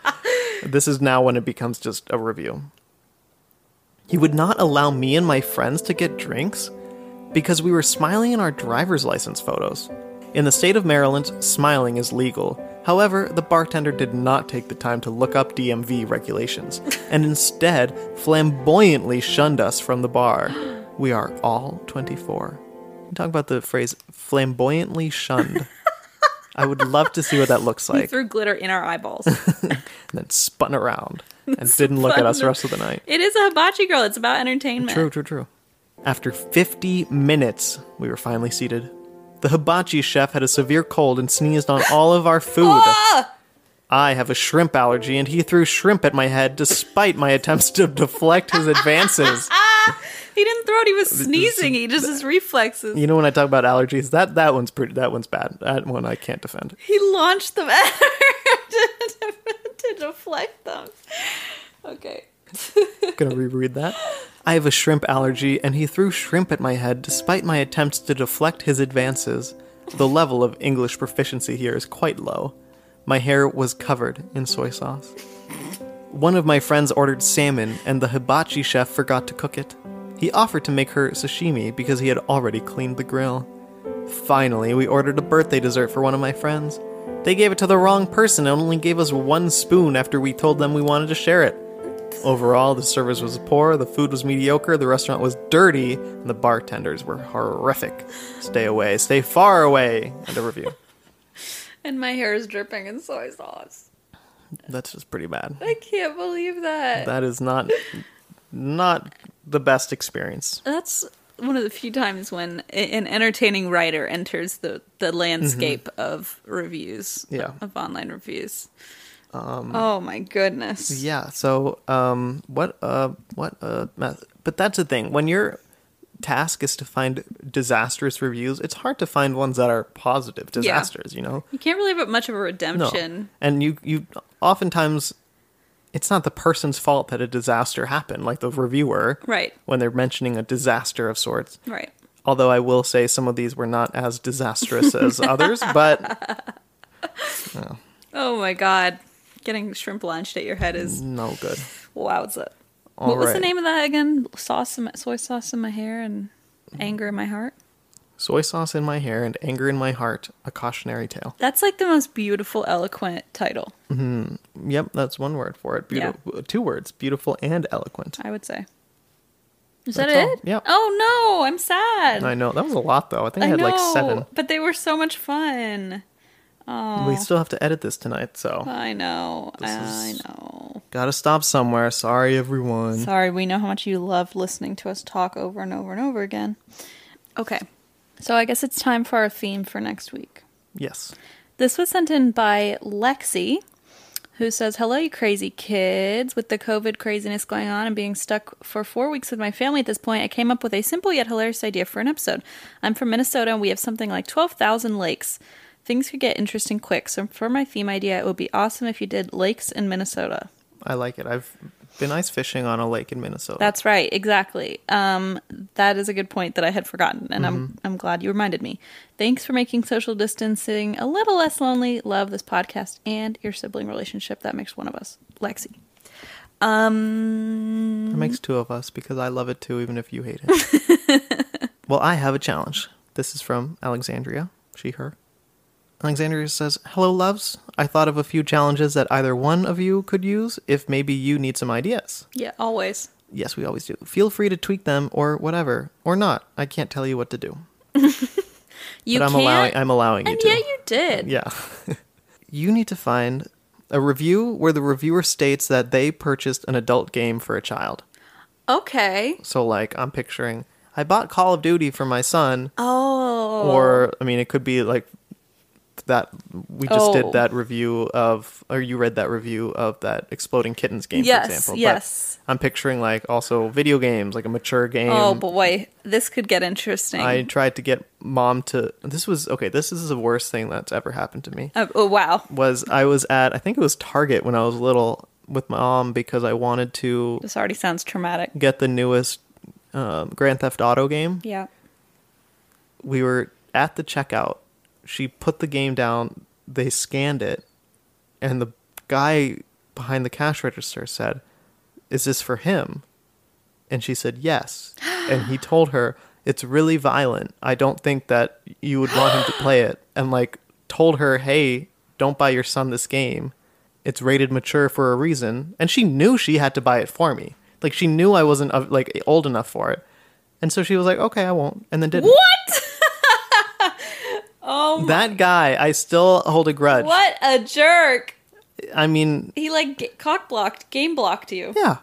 Speaker 2: this is now when it becomes just a review. He would not allow me and my friends to get drinks because we were smiling in our driver's license photos. In the state of Maryland, smiling is legal. However, the bartender did not take the time to look up DMV regulations and instead flamboyantly shunned us from the bar. We are all 24. Talk about the phrase flamboyantly shunned. I would love to see what that looks
Speaker 1: He
Speaker 2: like.
Speaker 1: threw glitter in our eyeballs.
Speaker 2: And then spun around and didn't look at us the rest of the night.
Speaker 1: it is a hibachi girl. It's about entertainment.
Speaker 2: True, true, true. After 50 minutes, we were finally seated. The hibachi chef had a severe cold and sneezed on all of our food.
Speaker 1: Ah!
Speaker 2: I have a shrimp allergy, and he threw shrimp at my head despite my attempts to deflect his advances.
Speaker 1: He didn't throw it. He was sneezing. He just his reflexes.
Speaker 2: You know, when I talk about allergies, that, that one's pretty. That one's bad. That one I can't defend.
Speaker 1: He launched them at her to, to deflect them. Okay.
Speaker 2: Gonna reread that. I have a shrimp allergy, and he threw shrimp at my head despite my attempts to deflect his advances. The level of English proficiency here is quite low. My hair was covered in soy sauce. One of my friends ordered salmon, and the hibachi chef forgot to cook it. He offered to make her sashimi because he had already cleaned the grill. Finally, we ordered a birthday dessert for one of my friends. They gave it to the wrong person and only gave us one spoon after we told them we wanted to share it. Overall, the service was poor, the food was mediocre, the restaurant was dirty, and the bartenders were horrific. Stay away, stay far away. End of review.
Speaker 1: And my hair is dripping in soy sauce.
Speaker 2: That's just pretty bad.
Speaker 1: I can't believe that.
Speaker 2: That is not not the best experience.
Speaker 1: That's one of the few times when a- an entertaining writer enters the, the landscape of reviews,
Speaker 2: Yeah.
Speaker 1: of online reviews. oh my goodness.
Speaker 2: Yeah. So, um, what uh, what uh, meth- but that's the thing. When your task is to find disastrous reviews, it's hard to find ones that are positive disasters. You know,
Speaker 1: You can't really have much of a
Speaker 2: No.
Speaker 1: redemption.
Speaker 2: And you you oftentimes it's not the person's fault that a disaster happened, like the reviewer.
Speaker 1: Right.
Speaker 2: When they're mentioning a disaster of sorts.
Speaker 1: Right.
Speaker 2: Although I will say some of these were not as disastrous as others, but
Speaker 1: Oh my god. Getting shrimp launched at your head is
Speaker 2: no good.
Speaker 1: wowza.
Speaker 2: All
Speaker 1: what was the
Speaker 2: right.
Speaker 1: name of that again? Sauce in my, soy sauce in my hair and anger in my heart.
Speaker 2: Soy sauce in my hair and anger in my heart, a cautionary tale.
Speaker 1: That's like the most beautiful, eloquent title,
Speaker 2: Yep, that's one word for it.
Speaker 1: Yeah.
Speaker 2: Beautiful, two words, beautiful and eloquent.
Speaker 1: I would say. Is
Speaker 2: That's
Speaker 1: that
Speaker 2: all.
Speaker 1: it?
Speaker 2: Yep.
Speaker 1: Oh no, I'm sad.
Speaker 2: I know that was a lot though. I think I,
Speaker 1: I
Speaker 2: had
Speaker 1: know,
Speaker 2: like seven.
Speaker 1: but they were so much fun.
Speaker 2: We still have to edit this tonight, so
Speaker 1: I know.
Speaker 2: This
Speaker 1: I
Speaker 2: is-
Speaker 1: know.
Speaker 2: gotta stop somewhere. Sorry, everyone.
Speaker 1: Sorry, we know how much you love listening to us talk over and over and over again. Okay. So I guess it's time for our theme for next week.
Speaker 2: Yes,
Speaker 1: This was sent in by Lexi, who says, Hello, you crazy kids. With the COVID craziness going on and being stuck for four weeks with my family at this point, I came up with a simple yet hilarious idea for an episode. I'm from Minnesota and we have something like 12,000 lakes. Things could get interesting quick, so for my theme idea, it would be awesome if you did lakes in Minnesota.
Speaker 2: I like it. I've been ice fishing on a lake in Minnesota.
Speaker 1: That's right, exactly. Um, that is a good point that I had forgotten, and
Speaker 2: Mm-hmm.
Speaker 1: I'm I'm glad you reminded me. Thanks for making social distancing a little less lonely. Love this podcast and your sibling relationship that makes one of us, Lexi. Um,
Speaker 2: It makes two of us because I love it too, even if you hate it. well, I have a challenge. This is from Alexandria, she, her. Alexandria says, Hello, loves. I thought of a few challenges that either one of you could use if maybe you need some ideas.
Speaker 1: yeah, always.
Speaker 2: Yes, we always do. Feel free to tweak them or whatever, or not. I can't tell you what to do.
Speaker 1: You
Speaker 2: but I'm
Speaker 1: can't,
Speaker 2: allowing I'm allowing you
Speaker 1: and
Speaker 2: to.
Speaker 1: yeah, you did.
Speaker 2: Yeah. you need to find a review where the reviewer states that they purchased an adult game for a child.
Speaker 1: Okay.
Speaker 2: So like I'm picturing I bought Call of Duty for my son
Speaker 1: Oh,
Speaker 2: or I mean it could be like that we just
Speaker 1: Oh.
Speaker 2: did that review of or you read that review of that Exploding Kittens game
Speaker 1: Yes,
Speaker 2: for example.
Speaker 1: yes.
Speaker 2: But I'm picturing like also video games like a mature game.
Speaker 1: oh boy, this could get interesting.
Speaker 2: I tried to get mom to this was okay, this is the worst thing that's ever happened to me.
Speaker 1: Uh, oh wow,
Speaker 2: Was I was at I think it was Target when I was little with my mom because I wanted to
Speaker 1: this already sounds traumatic.
Speaker 2: get the newest um, Grand Theft Auto game.
Speaker 1: Yeah.
Speaker 2: we were at the checkout. She put the game down. They scanned it, and the guy behind the cash register said, "Is this for him?" And she said, "Yes." and he told her, "It's really violent. I don't think that you would want him to play it." And like told her, "Hey, don't buy your son this game. It's rated mature for a reason." And she knew she had to buy it for me. Like she knew I wasn't uh, like old enough for it. And so she was like, "Okay, I won't." And then didn't.
Speaker 1: What? Oh
Speaker 2: That guy, I still hold a grudge.
Speaker 1: What a jerk.
Speaker 2: I mean,
Speaker 1: He like g- cock blocked, game blocked you.
Speaker 2: yeah,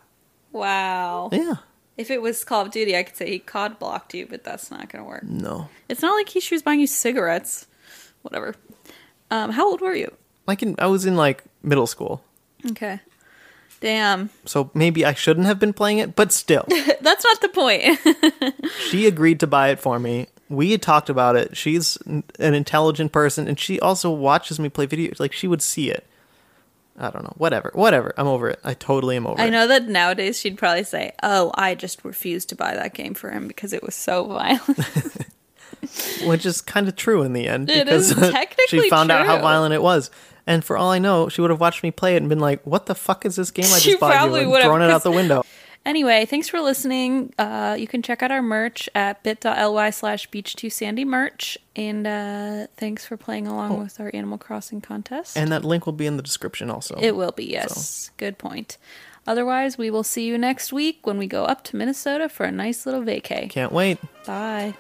Speaker 1: Wow.
Speaker 2: yeah.
Speaker 1: If it was Call of Duty, I could say he cod blocked you, but that's not gonna work.
Speaker 2: No,
Speaker 1: It's not like he she was buying you cigarettes. Whatever. Um, how old were you?
Speaker 2: like in, I was in like middle school,
Speaker 1: Okay. Damn.
Speaker 2: so maybe I shouldn't have been playing it, but still,
Speaker 1: That's not the point.
Speaker 2: she agreed to buy it for me. We had talked about it. She's n- an intelligent person, and she also watches me play videos. Like she would see it. I don't know. Whatever. Whatever. I'm over it. I totally am over
Speaker 1: I
Speaker 2: it.
Speaker 1: know that nowadays she'd probably say, "Oh, I just refused to buy that game for him because it was so violent."
Speaker 2: which is kind of true in the end
Speaker 1: It
Speaker 2: because
Speaker 1: is technically
Speaker 2: she found out how
Speaker 1: true.
Speaker 2: violent it was. And for all I know, she would have watched me play it and been like, "What the fuck is this game I just
Speaker 1: She
Speaker 2: bought
Speaker 1: probably
Speaker 2: you?"
Speaker 1: would
Speaker 2: and
Speaker 1: have,
Speaker 2: thrown it
Speaker 1: 'cause-
Speaker 2: out the window.
Speaker 1: Anyway, thanks for listening. Uh, you can check out our merch at bit.ly slash beach2sandy merch. And uh, thanks for playing along with our Animal Crossing contest.
Speaker 2: And that link will be in the description also.
Speaker 1: it will be, yes. Good point. Otherwise, we will see you next week when we go up to Minnesota for a nice little vacay.
Speaker 2: Can't wait.
Speaker 1: Bye.